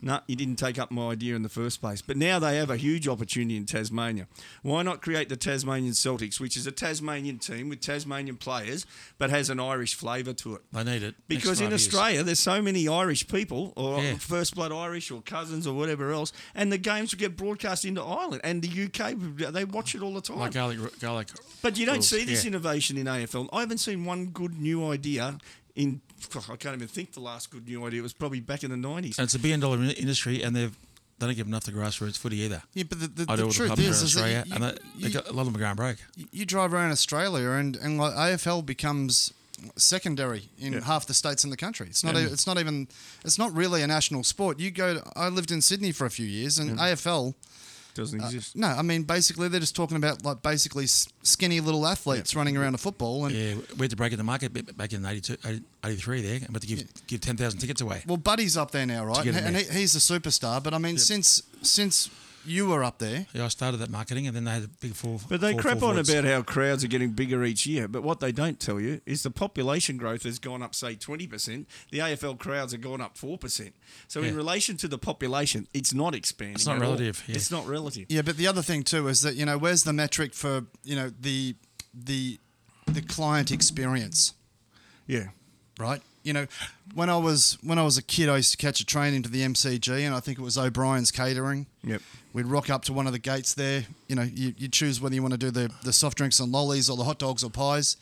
Speaker 3: No, you didn't take up my idea in the first place. But now they have a huge opportunity in Tasmania. Why not create the Tasmanian Celtics, which is a Tasmanian team with Tasmanian players, but has an Irish flavour to it?
Speaker 2: They need it. Next
Speaker 3: Because in
Speaker 2: five years.
Speaker 3: Australia, there's so many Irish people, or
Speaker 2: Yeah.
Speaker 3: first blood Irish, or cousins, or whatever else, and the games would get broadcast into Ireland and the UK. They watch it all the time.
Speaker 2: Like garlic, garlic.
Speaker 3: but you don't
Speaker 2: rules,
Speaker 3: see this
Speaker 2: yeah.
Speaker 3: innovation in AFL. I haven't seen one good new idea in. I can't even think the last good new idea. It was probably back in the nineties.
Speaker 2: And it's a billion dollar in- industry, and they've, they don't give enough to grassroots footy either.
Speaker 1: Yeah, but the, the,
Speaker 2: I do
Speaker 1: the
Speaker 2: all the
Speaker 1: truth
Speaker 2: clubs around
Speaker 1: is, is
Speaker 2: Australia,
Speaker 1: that you,
Speaker 2: and they, they
Speaker 1: you-
Speaker 2: got, a lot of them are going broke.
Speaker 1: you drive around Australia, and and like AFL becomes secondary in half the states in the country. It's not. e- It's not even. It's not really a national sport. You go. To, I lived in Sydney for a few years, and AFL
Speaker 2: uh,
Speaker 3: doesn't exist.
Speaker 1: No, I mean basically they're just talking about like basically s- skinny little athletes running around a football and
Speaker 2: Yeah, we had to break in the market b- back in 82, 80 83 there. and we had to give, give 10,000 tickets away.
Speaker 1: well Buddy's up there now, right?
Speaker 2: get
Speaker 1: And,
Speaker 2: him
Speaker 1: and he,
Speaker 2: there.
Speaker 1: he's a superstar, but I mean since since you were up there,
Speaker 2: Yeah, I started that marketing and then they had a big four.
Speaker 3: But they
Speaker 2: four-
Speaker 3: crap
Speaker 2: four
Speaker 3: on
Speaker 2: forwards.
Speaker 3: about how crowds are getting bigger each year. But what they don't tell you is the population growth has gone up, say, 20%. The AFL crowds have gone up 4%. So, in
Speaker 2: Yeah.
Speaker 3: relation to the population, it's not expanding.
Speaker 2: It's not
Speaker 3: at all.
Speaker 2: relative, yeah.
Speaker 3: It's not relative.
Speaker 1: Yeah, but the other thing too is that you know where's the metric for you know the the the client experience,
Speaker 3: Yeah.
Speaker 1: right? You know, when I was when I was a kid, I used to catch a train into the MCG, and I think it was O'Brien's Catering.
Speaker 3: Yep.
Speaker 1: We'd rock up to one of the gates there. You know, you, you choose whether you want to do the, the soft drinks and lollies or the hot dogs or pies.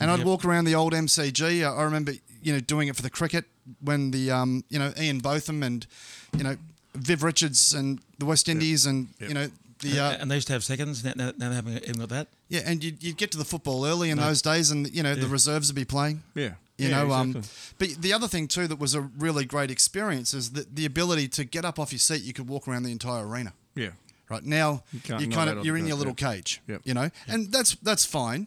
Speaker 1: And I'd
Speaker 2: Yep.
Speaker 1: walk around the old MCG. I I remember, you know, doing it for the cricket when the, um, you know, Ian Botham and, you know, Viv Richards and the West Indies and, you know, the uh,
Speaker 2: And they used to have seconds. Now, now, now they haven't even got that.
Speaker 1: yeah, and you'd, you'd get to the football early in those days, and you know the reserves would be playing.
Speaker 3: Yeah.
Speaker 1: you
Speaker 3: Yeah,
Speaker 1: know. Um,
Speaker 3: exactly.
Speaker 1: but the other thing too that was a really great experience is that the ability to get up off your seat, you could walk around the entire arena.
Speaker 3: Yeah.
Speaker 1: Right now, you
Speaker 3: can't knock
Speaker 1: kind
Speaker 3: that
Speaker 1: of
Speaker 3: off
Speaker 1: you're in
Speaker 3: the-
Speaker 1: your little
Speaker 3: yeah.
Speaker 1: cage.
Speaker 3: Yep.
Speaker 1: You know, and that's that's fine.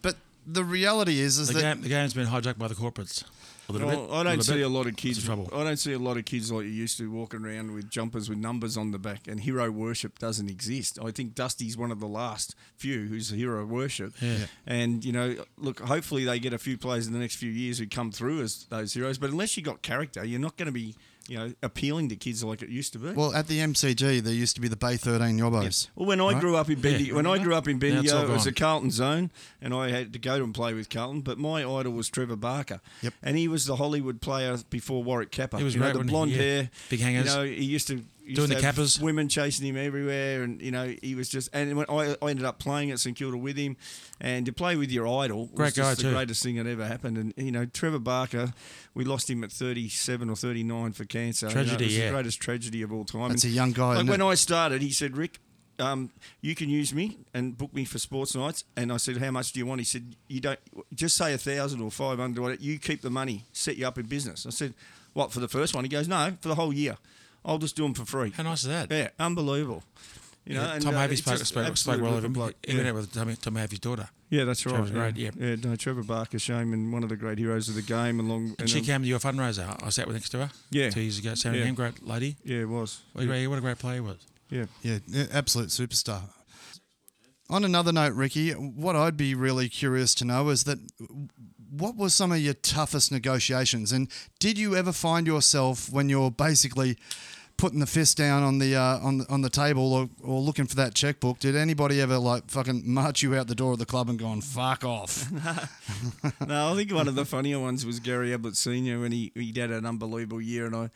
Speaker 1: But the reality is, is
Speaker 2: The,
Speaker 1: that
Speaker 2: game, the game's been hijacked by the corporates a little
Speaker 3: Well,
Speaker 2: bit.
Speaker 3: Oh, I don't
Speaker 2: little
Speaker 3: see
Speaker 2: bit.
Speaker 3: a lot of kids.
Speaker 2: It's trouble.
Speaker 3: I don't see a lot of kids like you used to walking around with jumpers with numbers on the back, and hero worship doesn't exist. I think Dusty's one of the last few who's hero worship.
Speaker 2: Yeah.
Speaker 3: And you know, look, hopefully they get a few players in the next few years who come through as those heroes. But unless you got character, you're not going to be, you know, appealing to kids like it used to be.
Speaker 1: well, at the MCG there used to be the Bay 13 Yobbos.
Speaker 3: Well, when I
Speaker 1: Right.
Speaker 3: grew up in Bendigo, when I grew up in
Speaker 2: it's all
Speaker 3: Bendigo, it was
Speaker 2: gone.
Speaker 3: a Carlton zone, and I had to go and play with Carlton. But my idol was Trevor Barker,
Speaker 1: Yep.
Speaker 3: and he was the Hollywood player before Warwick Kappa.
Speaker 2: He was
Speaker 3: you know,
Speaker 2: great, wasn't
Speaker 3: the
Speaker 2: he?
Speaker 3: blonde
Speaker 2: Yeah.
Speaker 3: hair,
Speaker 2: Big hangers.
Speaker 3: You know, he used to. Used
Speaker 2: Doing
Speaker 3: to
Speaker 2: the
Speaker 3: have
Speaker 2: Kappas.
Speaker 3: women chasing him everywhere, and you know he was just. And when I, I ended up playing at St Kilda with him, and to play with your idol
Speaker 2: Great
Speaker 3: was just
Speaker 2: guy
Speaker 3: the
Speaker 2: too.
Speaker 3: greatest thing that ever happened. And you know Trevor Barker, we lost him at 37 or 39 for cancer. You know, it
Speaker 2: Tragedy,
Speaker 3: was
Speaker 2: yeah.
Speaker 3: the greatest tragedy of all time.
Speaker 1: That's
Speaker 3: And,
Speaker 1: a young guy,
Speaker 3: Like
Speaker 1: isn't
Speaker 3: when
Speaker 1: it?
Speaker 3: I started, he said, Rick, um, you can use me and book me for sports nights. And I said, How much do you want? He said, You don't just say a thousand or five hundred. You keep the money, set you up in business. I said, What for the first one? He goes, No, for the whole year. I'll just do them for free.
Speaker 2: How nice is that?
Speaker 3: Yeah, unbelievable. You know,
Speaker 2: Yeah,
Speaker 3: and,
Speaker 2: Tom
Speaker 3: uh,
Speaker 2: Havey
Speaker 3: it's
Speaker 2: spoke,
Speaker 3: just
Speaker 2: spoke, spoke
Speaker 3: absolutely
Speaker 2: well of
Speaker 3: wicked
Speaker 2: him.
Speaker 3: bloke.
Speaker 2: He went out with Tom, Tom Havey's daughter.
Speaker 3: Yeah, that's right.
Speaker 2: Trevor's
Speaker 3: yeah.
Speaker 2: great, yep.
Speaker 3: yeah, no, Trevor Barker, shame, and one of the great heroes of the game. Along,
Speaker 2: And she came to your fundraiser. I sat next to her
Speaker 3: Yeah.
Speaker 2: two years ago. Sarah
Speaker 3: Yeah.
Speaker 2: Ham, great lady.
Speaker 3: Yeah, it was.
Speaker 2: What a great, what a great player he was.
Speaker 3: Yeah.
Speaker 1: Yeah, a- absolute superstar. On another note, Ricky, what I'd be really curious to know is that w- what were some of your toughest negotiations, and did you ever find yourself when you're basically putting the fist down on the uh, on the- on the table or, or looking for that checkbook? Did anybody ever like fucking march you out the door of the club and gone fuck off?
Speaker 3: no, I think one of the funnier ones was Gary Ablett Senior when he he had an unbelievable year, and I,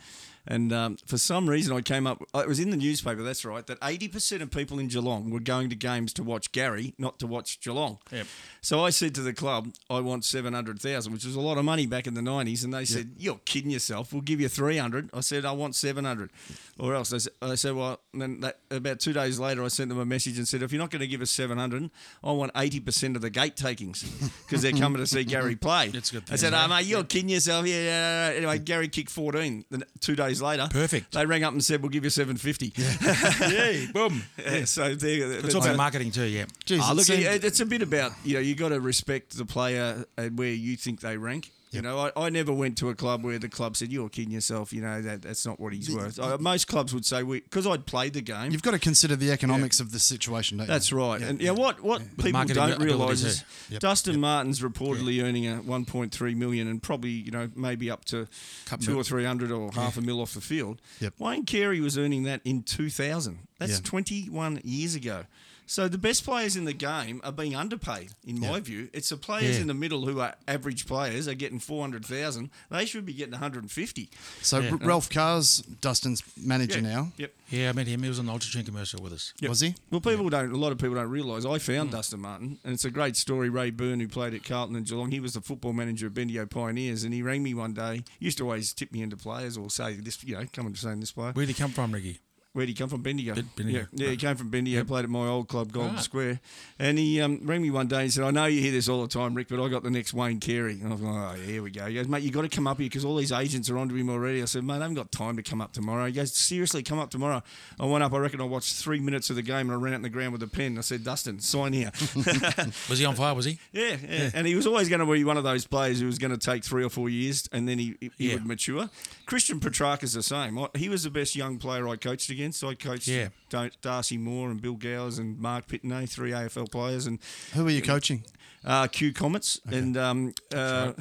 Speaker 3: and um, for some reason I came up. uh, It was in the newspaper. That's right. That eighty percent of people in Geelong were going to games to watch Gary, not to watch Geelong.
Speaker 2: Yep.
Speaker 3: So I said to the club, I want seven hundred thousand, which was a lot of money back in the nineties, and they said, "You're kidding yourself. We'll give you three hundred. I said, "I want seven hundred, or else." They said, they said "Well." And then that, about two days later, I sent them a message and said, "If you're not going to give us seven hundred, I want eighty percent of the
Speaker 2: (laughs)
Speaker 3: gate takings because they're coming to see Gary play."
Speaker 2: That's a good
Speaker 3: I said,
Speaker 2: thing,
Speaker 3: "Ah,
Speaker 2: yeah.
Speaker 3: mate, you're kidding yourself." Yeah, yeah, yeah. Anyway, Gary kicked fourteen. Then two days later,
Speaker 2: Perfect.
Speaker 3: They rang up and said, "We'll give you seven fifty. (laughs)
Speaker 2: (laughs) Yay, boom.
Speaker 3: Yeah, so there,
Speaker 2: It's all about marketing too, yeah. Oh,
Speaker 1: Jeez,
Speaker 3: Ah,
Speaker 1: it
Speaker 3: look,
Speaker 1: seemed-
Speaker 3: it- it's a bit about you know you got to respect the player and where you think they rank. You know, I, I never went to a club where the club said you're kidding yourself. You know that that's not what he's worth. I, most clubs would say we because I'd played the game.
Speaker 1: You've got to consider the economics of the situation, don't
Speaker 3: that's
Speaker 1: you?
Speaker 3: right. and yeah, what what people
Speaker 2: marketing
Speaker 3: don't
Speaker 2: ability
Speaker 3: realise
Speaker 2: too.
Speaker 3: is
Speaker 1: Yep.
Speaker 3: Dustin Martin's reportedly earning a 1.3 million and probably you know maybe up to two
Speaker 2: mil.
Speaker 3: or three hundred or half a mil off the field.
Speaker 1: Yep.
Speaker 3: Wayne Carey was earning that in 2000. That's
Speaker 1: Yeah.
Speaker 3: 21 years ago. So the best players in the game are being underpaid, in my view. It's the players
Speaker 2: Yeah.
Speaker 3: in the middle who are average players are getting 400,000. They should be getting 150.
Speaker 1: So R- Ralph Carr's Dustin's manager now,
Speaker 3: Yep.
Speaker 2: Yeah, I met him. He was on the Ultra Chin commercial with us.
Speaker 1: was he? Hmm.
Speaker 3: Well, people don't. A lot of people don't realise. I found Dustin Martin, and it's a great story. Ray Byrne, who played at Carlton and Geelong, he was the football manager of Bendigo Pioneers, and he rang me one day. He used to always tip me into players or say this, you know, come and sign this player.
Speaker 2: Where'd he come from, Ricky?
Speaker 3: where'd he come from? Bendigo.
Speaker 2: Ben- Bendigo. Ah.
Speaker 3: Yeah, yeah, he came from Bendigo. Played at my old club, Golden
Speaker 2: Right.
Speaker 3: Square. And he um, rang me one day and said, "I know you hear this all the time, Rick, but I got the next Wayne Carey." And I was like, "Oh, here we go." He goes, "Mate, you got to come up here because all these agents are onto him already." I said, "Mate, I haven't got time to come up tomorrow." He goes, "Seriously, come up tomorrow." I went up. I reckon I watched three minutes of the game and I ran out in the ground with a pen. I said, "Dustin, sign here." (laughs)
Speaker 2: Was he on fire? Was he?
Speaker 3: Yeah, yeah. and he was always going to be one of those players who was going to take three or four years and then he, he
Speaker 2: Yeah.
Speaker 3: would mature. Christian Petrarca's the same. I, he was the best young player I coached against. I coached
Speaker 2: Yeah.
Speaker 3: Dar- Darcy Moore and Bill Gowers and Mark Pitney, three AFL players, and
Speaker 1: Who are you coaching?
Speaker 3: uh, Q Comets. And um, uh,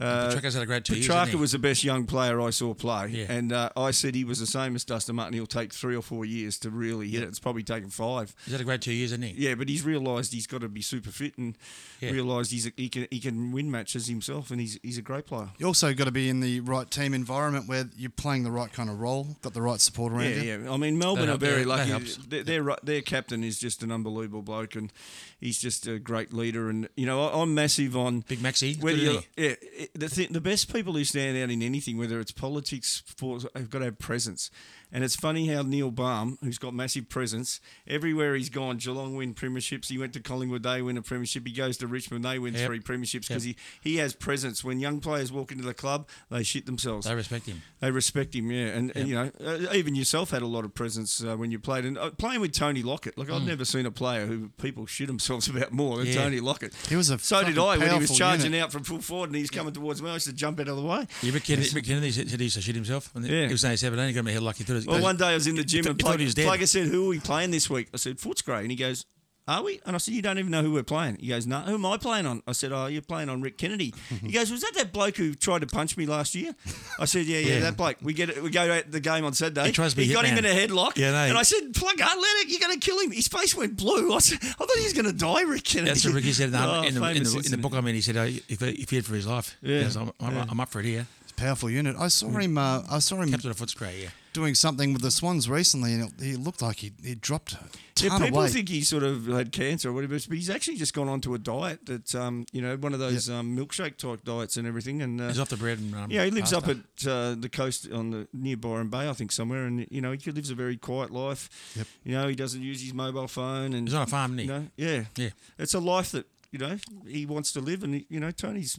Speaker 3: uh,
Speaker 2: Petrarca's had a great two years,
Speaker 3: Petrarca
Speaker 2: hasn't he?
Speaker 3: was the best young player I saw play.
Speaker 2: Yeah.
Speaker 3: And uh, I said he was the same as Dustin Martin. He'll take three or four years to really hit it. It's probably taken five.
Speaker 2: He's had a great two years, hasn't he?
Speaker 3: Yeah, but he's realised he's got to be super fit and
Speaker 2: Yeah.
Speaker 3: realised he's a, he can he can win matches himself, and he's he's a great player.
Speaker 1: You also got to be in the right team environment where you're playing the right kind of role, got the right support around you.
Speaker 3: Yeah, yeah. I mean,
Speaker 2: That
Speaker 3: Melbourne are
Speaker 2: help-
Speaker 3: very
Speaker 2: that- that
Speaker 3: lucky.
Speaker 2: helps.
Speaker 3: Their, their ri- their captain is just an unbelievable bloke, and he's just a great leader. And you know, I, I'm massive on
Speaker 2: Big Maxi,
Speaker 3: Whether
Speaker 2: good,
Speaker 3: you
Speaker 2: isn't
Speaker 3: yeah, it- the th- the best people who stand out in anything, whether it's politics, sports, have got to have presence. And it's funny how Neil Baum, who's got massive presence, everywhere he's gone, Geelong win premierships. He went to Collingwood, they win a premiership. He goes to Richmond, they win
Speaker 2: Yep.
Speaker 3: three premierships because
Speaker 2: Yep.
Speaker 3: he, he has presence. When young players walk into the club, they shit themselves.
Speaker 2: They respect him.
Speaker 3: They respect him, yeah, and, and you know, uh, even yourself had a lot of presence uh, when you played, and uh, playing with Tony Lockett. Like
Speaker 1: Hmm.
Speaker 3: I've never seen a player who people shit themselves (laughs) about more than
Speaker 2: Yeah.
Speaker 3: Tony Lockett.
Speaker 1: He was a
Speaker 3: so did
Speaker 1: fucking
Speaker 3: I when he was
Speaker 1: powerful
Speaker 3: charging
Speaker 1: unit.
Speaker 3: out from full forward, and he's coming towards me. I used to jump out of the way.
Speaker 2: Yeah, Rick Kennedy, Rick Kennedy said said he used to shit himself. And
Speaker 3: Yeah.
Speaker 2: He was saying 17, he got me hell lucky. through it.
Speaker 3: Well, Oh, one day I was in the gym
Speaker 2: He
Speaker 3: and
Speaker 2: thought
Speaker 3: Plug,
Speaker 2: he was dead.
Speaker 3: Plugger said, "Who are we playing this week?" I said, "Footscray," and he goes, "Are we?" And I said, "You don't even know who we're playing." He goes, "No, who am I playing on?" I said, "Oh, you're playing on Rick Kennedy." He goes, "Was that that bloke who tried to punch me last year?" I said, "Yeah, yeah,
Speaker 2: Yeah.
Speaker 3: that bloke." We get it, we go at the game on Saturday.
Speaker 2: He tries to be
Speaker 3: got him
Speaker 2: hitman.
Speaker 3: in a headlock.
Speaker 2: Yeah, no.
Speaker 3: and I said, "Plugger, let it. You're going to kill him." His face went blue. I, said, I thought he was going to die, Rick Kennedy.
Speaker 2: That's what Ricky
Speaker 3: (laughs)
Speaker 2: said in the,
Speaker 3: Oh,
Speaker 2: in, the, in,
Speaker 3: famous
Speaker 2: the, in the
Speaker 3: incident.
Speaker 2: book. I mean, he said, oh, if he he feared for his life. He
Speaker 3: Yeah.
Speaker 2: goes, I'm, I'm, I'm up for it here.
Speaker 1: Powerful unit. I
Speaker 3: Mm.
Speaker 1: saw him. Uh, I saw him
Speaker 2: Captain of Footscray, yeah.
Speaker 1: doing something with the Swans recently, and it, he looked like he he dropped a
Speaker 3: Yeah,
Speaker 1: ton of
Speaker 3: people
Speaker 1: weight.
Speaker 3: think he sort of had cancer or whatever, but he's actually just gone onto a diet that, um, you know, one of those um, milkshake type diets and everything. And uh,
Speaker 2: He's off the bread and um,
Speaker 3: yeah, he lives up
Speaker 2: pasta.
Speaker 3: at uh, the coast on the near Byron Bay, I think, somewhere. And you know, he lives a very quiet life.
Speaker 1: Yep.
Speaker 3: You know, he doesn't use his mobile phone, and
Speaker 2: He's on a farm, isn't he?
Speaker 3: you know, yeah,
Speaker 2: Yeah.
Speaker 3: It's a life that you know he wants to live, and you know, Tony's,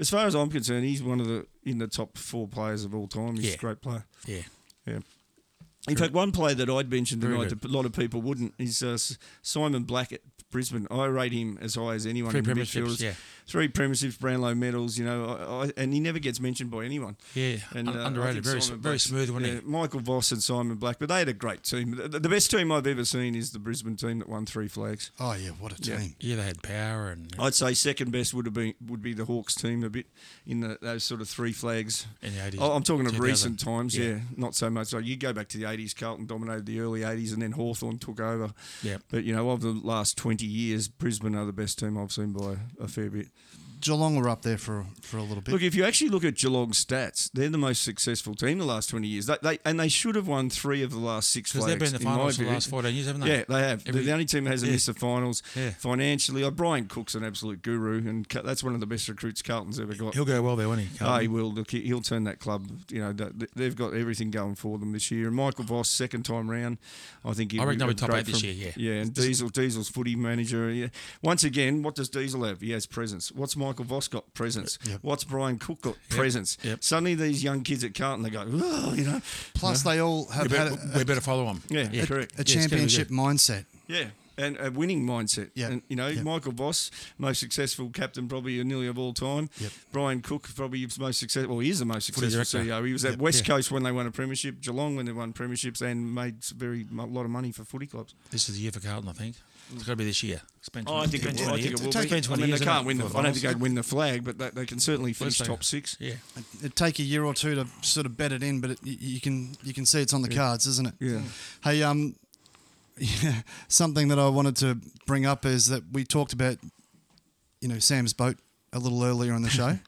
Speaker 3: as far as I'm concerned, he's one of the in the top four players of all time. He's
Speaker 2: Yeah.
Speaker 3: a great player.
Speaker 2: Yeah.
Speaker 3: Yeah. In fact, one player that I'd mentioned
Speaker 2: Very
Speaker 3: tonight
Speaker 2: good.
Speaker 3: that a lot of people wouldn't is uh, S- Simon Black at Brisbane. I rate him as high as anyone.
Speaker 2: Three
Speaker 3: in the
Speaker 2: premierships,
Speaker 3: midfielders.
Speaker 2: yeah.
Speaker 3: Three premierships, Brownlow medals. You know, I, I, and he never gets mentioned by anyone.
Speaker 2: Yeah,
Speaker 3: and uh,
Speaker 2: un-
Speaker 3: I
Speaker 2: underrated,
Speaker 3: think
Speaker 2: very s-
Speaker 3: Simon
Speaker 2: very
Speaker 3: Black's-
Speaker 2: smooth, wasn't he?
Speaker 3: Michael Voss and Simon Black, but they had a great team. The, the best team I've ever seen is the Brisbane team that won three flags.
Speaker 1: oh yeah, what a
Speaker 3: Yeah.
Speaker 1: team!
Speaker 2: Yeah, they had power and,
Speaker 3: I'd say second best would have been would be the Hawks team a bit in the, those sort of three flags.
Speaker 2: In the 80s,
Speaker 3: Oh, I'm talking of
Speaker 2: 2000.
Speaker 3: recent times, yeah.
Speaker 2: Yeah.
Speaker 3: not so much. Like you go back to the 80s, Carlton dominated the early 80s, and then Hawthorn took over.
Speaker 2: Yeah.
Speaker 3: But you know, of the last 20 years, Brisbane are the best team I've seen by a fair bit.
Speaker 1: Geelong were up there for for a little bit.
Speaker 3: Look, if you actually look at Geelong's stats, they're the most successful team the last 20 years. They, they and they should have won three of the last six
Speaker 2: because
Speaker 3: flags.
Speaker 2: they've been in the
Speaker 3: my
Speaker 2: finals for the
Speaker 3: view.
Speaker 2: last 14 years, haven't they?
Speaker 3: Yeah, they have. They're
Speaker 2: Every-
Speaker 3: the only team that hasn't
Speaker 2: yeah.
Speaker 3: missed the finals.
Speaker 2: Yeah.
Speaker 3: Financially, oh, Brian Cook's an absolute guru, and Ca- that's one of the best recruits Carlton's ever got.
Speaker 2: He'll go well there, won't he?
Speaker 3: Oh,
Speaker 2: Carlton?
Speaker 3: he will. Look, he- he'll turn that club. You know, th- th- they've got everything going for them this year. And Michael Voss, second time round, I think he'll
Speaker 2: I reckon
Speaker 3: be
Speaker 2: they'll be top
Speaker 3: great
Speaker 2: eight this
Speaker 3: from-
Speaker 2: year, yeah.
Speaker 3: Yeah, and Diesel, Diesel's footy manager. Yeah. Once again, what does Diesel have? He has presence. What's Michael Voss got? Presence. What's Brian Cook got? Presence.
Speaker 2: yep.
Speaker 3: Suddenly, these young kids at Carlton, they go, oh, you know,
Speaker 1: Plus, they all
Speaker 2: we,
Speaker 1: have had
Speaker 2: better,
Speaker 1: a,
Speaker 2: we better follow him.
Speaker 3: yeah, correct.
Speaker 1: a
Speaker 2: it's gonna be
Speaker 1: championship
Speaker 2: good.
Speaker 1: mindset.
Speaker 3: Yeah, and a winning mindset.
Speaker 1: Yeah.
Speaker 3: and you know
Speaker 1: Yeah.
Speaker 3: Michael Voss, most successful captain probably nearly of all time.
Speaker 1: Yep.
Speaker 3: Brian Cook probably his most successful. Well, he is the most
Speaker 2: Footy
Speaker 3: successful
Speaker 2: director.
Speaker 3: CEO. He was at
Speaker 1: Yep.
Speaker 3: West
Speaker 2: Yeah.
Speaker 3: Coast when they won a premiership, Geelong when they won premierships, and made s- very a lot of money for footy clubs.
Speaker 2: This is the year for Carlton, I think. It's got to be this year. It's been
Speaker 3: Oh, I
Speaker 2: 20
Speaker 3: think
Speaker 2: it's
Speaker 3: it
Speaker 2: been
Speaker 3: will. I
Speaker 2: 20
Speaker 3: think
Speaker 2: years.
Speaker 3: it will.
Speaker 1: It's
Speaker 3: be.
Speaker 1: taken
Speaker 3: I
Speaker 2: 20
Speaker 3: mean,
Speaker 2: years,
Speaker 3: they
Speaker 2: hasn't
Speaker 3: can't
Speaker 2: it,
Speaker 3: win.
Speaker 2: for
Speaker 3: The,
Speaker 2: the
Speaker 3: I don't think
Speaker 2: finals?
Speaker 3: they'd win the flag, but they, they can certainly finish
Speaker 2: they-
Speaker 3: top six.
Speaker 2: Yeah.
Speaker 1: It'd take a year or two to sort of bet it in, but it, you, you can you can see it's on the cards, isn't it?
Speaker 3: Yeah.
Speaker 1: Hey, um, (laughs) yeah, something that I wanted to bring up is that we talked about, you know, Sam's boat a little earlier on the
Speaker 3: (laughs)
Speaker 1: show.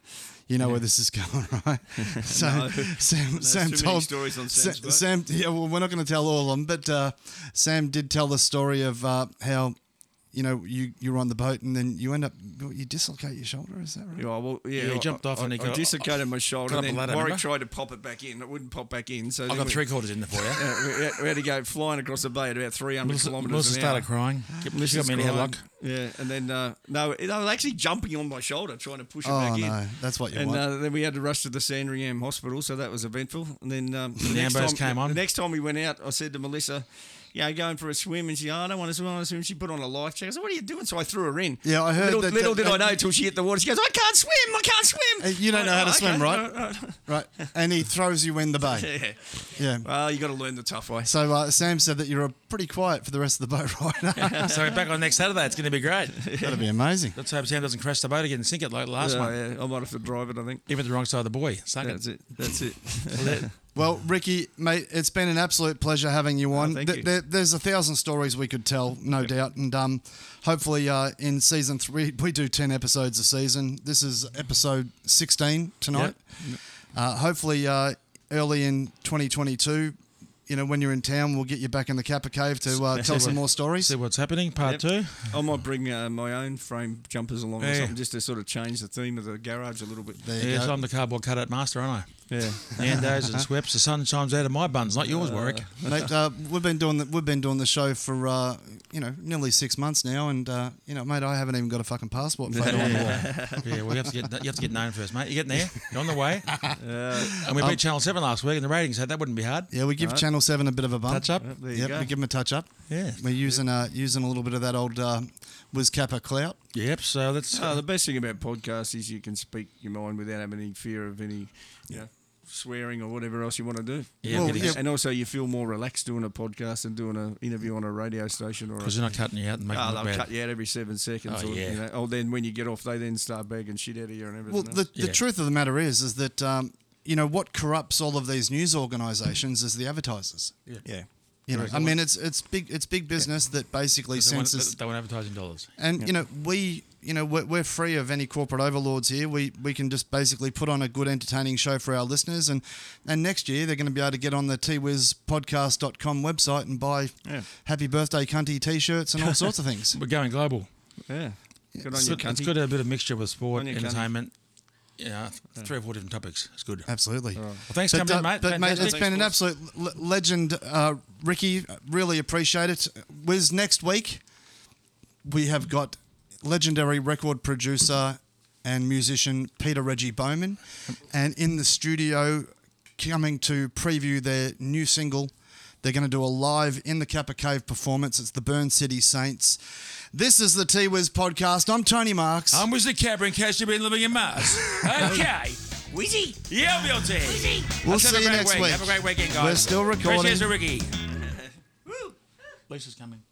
Speaker 1: You know where this is going, (laughs) right? So Sam, Sam
Speaker 3: too many
Speaker 1: told
Speaker 3: stories on
Speaker 1: Sa-
Speaker 3: Sam's boat.
Speaker 1: Sam, yeah, well, we're not going to tell all of them, but uh, Sam did tell the story of uh, how you know, you you're on the boat and then you end up you dislocate your shoulder. Is that right?
Speaker 3: Yeah, well, yeah,
Speaker 2: Yeah, he
Speaker 3: I-
Speaker 2: jumped off
Speaker 3: I,
Speaker 2: and he
Speaker 3: I
Speaker 2: got-
Speaker 3: dislocated my shoulder.
Speaker 2: got up
Speaker 3: And then
Speaker 2: a ladder,
Speaker 3: Warwick
Speaker 2: remember?
Speaker 3: tried to pop it back in. It wouldn't pop back in. So
Speaker 2: I
Speaker 3: then
Speaker 2: got
Speaker 3: we-
Speaker 2: three quarters in there for you.
Speaker 3: Uh, we, had, we had to go flying across the bay at about 300
Speaker 2: Melissa,
Speaker 3: kilometres
Speaker 2: Melissa
Speaker 3: an
Speaker 2: started
Speaker 3: hour.
Speaker 2: crying.
Speaker 3: Mrs.
Speaker 2: She got me in a
Speaker 3: Grime.
Speaker 2: headlock.
Speaker 3: Yeah, and then uh, no, they were actually jumping on my shoulder trying to push it
Speaker 1: Oh
Speaker 3: back in.
Speaker 1: no, that's what you
Speaker 3: And
Speaker 1: want.
Speaker 3: uh, then we had to rush to the Sandringham Hospital, so that was eventful. And then um, the, next
Speaker 2: Ambos
Speaker 3: time,
Speaker 2: came on.
Speaker 3: the next time we went out, I said to Melissa, "Yeah, going for a swim," and she, "Oh, "I don't want to swim. I want to swim." She put on a life jacket. I said, "What are you doing?" So I threw her in.
Speaker 1: Yeah, I heard
Speaker 3: Little,
Speaker 1: that-
Speaker 3: little did I
Speaker 1: that-
Speaker 3: know till she hit the water. She goes, "I can't swim. I can't swim."
Speaker 1: Uh, you don't know how to
Speaker 3: Oh,
Speaker 1: swim,
Speaker 3: okay.
Speaker 1: right? right, and he throws you in the bay.
Speaker 3: (laughs) Yeah.
Speaker 1: Yeah.
Speaker 3: Well, you got to learn the tough way.
Speaker 1: So uh, Sam said that you were pretty quiet for the rest of the boat (laughs) ride.
Speaker 2: so we're Oh, back on next Saturday. It's going to be great.
Speaker 1: That'd be amazing.
Speaker 2: Let's hope Sam doesn't crash the boat again and sink it like the last
Speaker 3: Yeah,
Speaker 2: one.
Speaker 3: Uh, yeah, I might have to drive it. I think.
Speaker 2: Even the wrong side of the buoy. Sunk
Speaker 3: That's
Speaker 2: it.
Speaker 3: it. That's it. (laughs)
Speaker 1: Well, Ricky, mate, it's been an absolute pleasure having you on.
Speaker 3: Oh, thank
Speaker 1: Th-
Speaker 3: you.
Speaker 1: There, there's a thousand stories we could tell, no doubt, and um, hopefully uh, in season three we do ten episodes a season. This is episode sixteen tonight. Uh, hopefully, uh, early in 2022, you know, when you're in town, we'll get you back in the Kappa Cave to uh,
Speaker 3: (laughs)
Speaker 1: tell some more stories.
Speaker 2: See what's happening. Part two.
Speaker 3: I might bring uh, my own frame jumpers along or
Speaker 2: Yeah.
Speaker 3: something just to sort of change the theme of the garage a little bit.
Speaker 1: There you
Speaker 2: Yeah,
Speaker 1: go.
Speaker 2: so I'm the cardboard cutout master, aren't
Speaker 3: Yeah.
Speaker 2: I? Nando's and Sweps. The sun shines out of my buns, not yours, Warwick.
Speaker 1: Mate, uh, we've been doing the, we've been doing the show for uh, you know nearly six months now, and uh, you know, mate, I haven't even got a fucking passport photo
Speaker 2: (laughs)
Speaker 1: on the wall.
Speaker 2: yeah, well, you have to get you have to get known first, mate. You're getting there. You're on the way.
Speaker 3: Uh,
Speaker 2: and we beat Channel Seven last week, and the ratings had that wouldn't be hard.
Speaker 1: Yeah, we give Channel Seven a bit of a bump.
Speaker 2: Touch up.
Speaker 3: There you
Speaker 1: yep,
Speaker 3: go.
Speaker 1: we give them a touch up.
Speaker 2: Yeah.
Speaker 1: we're using uh, using a little bit of that old uh, Wiz Kappa clout.
Speaker 2: Yep. So uh, that's
Speaker 3: Oh, the best thing about podcasts is you can speak your mind without having any fear of any, you know, swearing or whatever else you want to do.
Speaker 2: Yeah, Well, it is.
Speaker 3: And also, you feel more relaxed doing a podcast than doing an interview on a radio station or. A,
Speaker 2: because you're not cutting you out and making
Speaker 3: Oh,
Speaker 2: it
Speaker 3: they'll
Speaker 2: look bad.
Speaker 3: cut you out every seven seconds.
Speaker 2: Oh,
Speaker 3: or,
Speaker 2: yeah.
Speaker 3: You know, oh, then when you get off, they then start bagging shit out of you and everything.
Speaker 1: Well,
Speaker 3: else.
Speaker 1: the, the
Speaker 2: Yeah.
Speaker 1: truth of the matter is, is that um, you know what corrupts all of these news organisations is the advertisers. Yeah,
Speaker 3: yeah.
Speaker 1: you know, I mean it's it's big it's big business that basically
Speaker 2: They want,
Speaker 1: censors
Speaker 2: they want advertising dollars.
Speaker 1: And you know, we you know we're, we're free of any corporate overlords here. We we can just basically put on a good, entertaining show for our listeners. And and next year they're going to be able to get on the twizpodcast.com website and buy
Speaker 3: Yeah.
Speaker 1: happy birthday cunty t-shirts
Speaker 2: (laughs)
Speaker 1: and all sorts of things.
Speaker 2: We're going global.
Speaker 3: Yeah. Good on
Speaker 2: It's
Speaker 3: you,
Speaker 2: good, it's
Speaker 3: cunty.
Speaker 2: good to have a bit of mixture with sport,
Speaker 3: On your cunty.
Speaker 2: entertainment. Yeah, three or four different topics. It's good. Well,
Speaker 1: Absolutely.
Speaker 2: thanks for
Speaker 1: But,
Speaker 2: coming in,
Speaker 1: uh,
Speaker 2: mate.
Speaker 1: but mate,
Speaker 2: Fantastic.
Speaker 1: it's been an absolute l- legend, uh, Ricky. Really appreciate it. Wiz, next week we have got legendary record producer and musician Peter Reggie Bowman, and in the studio coming to preview their new single. They're going to do a live in the Kappa Cave performance. It's the Burn City Saints. This is the T Wiz podcast. I'm Tony Marks.
Speaker 2: I'm Wizzy Capper in case you've been living
Speaker 1: (laughs)
Speaker 2: in Mars. okay. Wizzy? Yeah, we'll do. Wizzy?
Speaker 1: We'll see you next week.
Speaker 2: Have a great weekend, guys.
Speaker 1: We're still recording.
Speaker 2: Appreciate you, Ricky. Lisa's coming.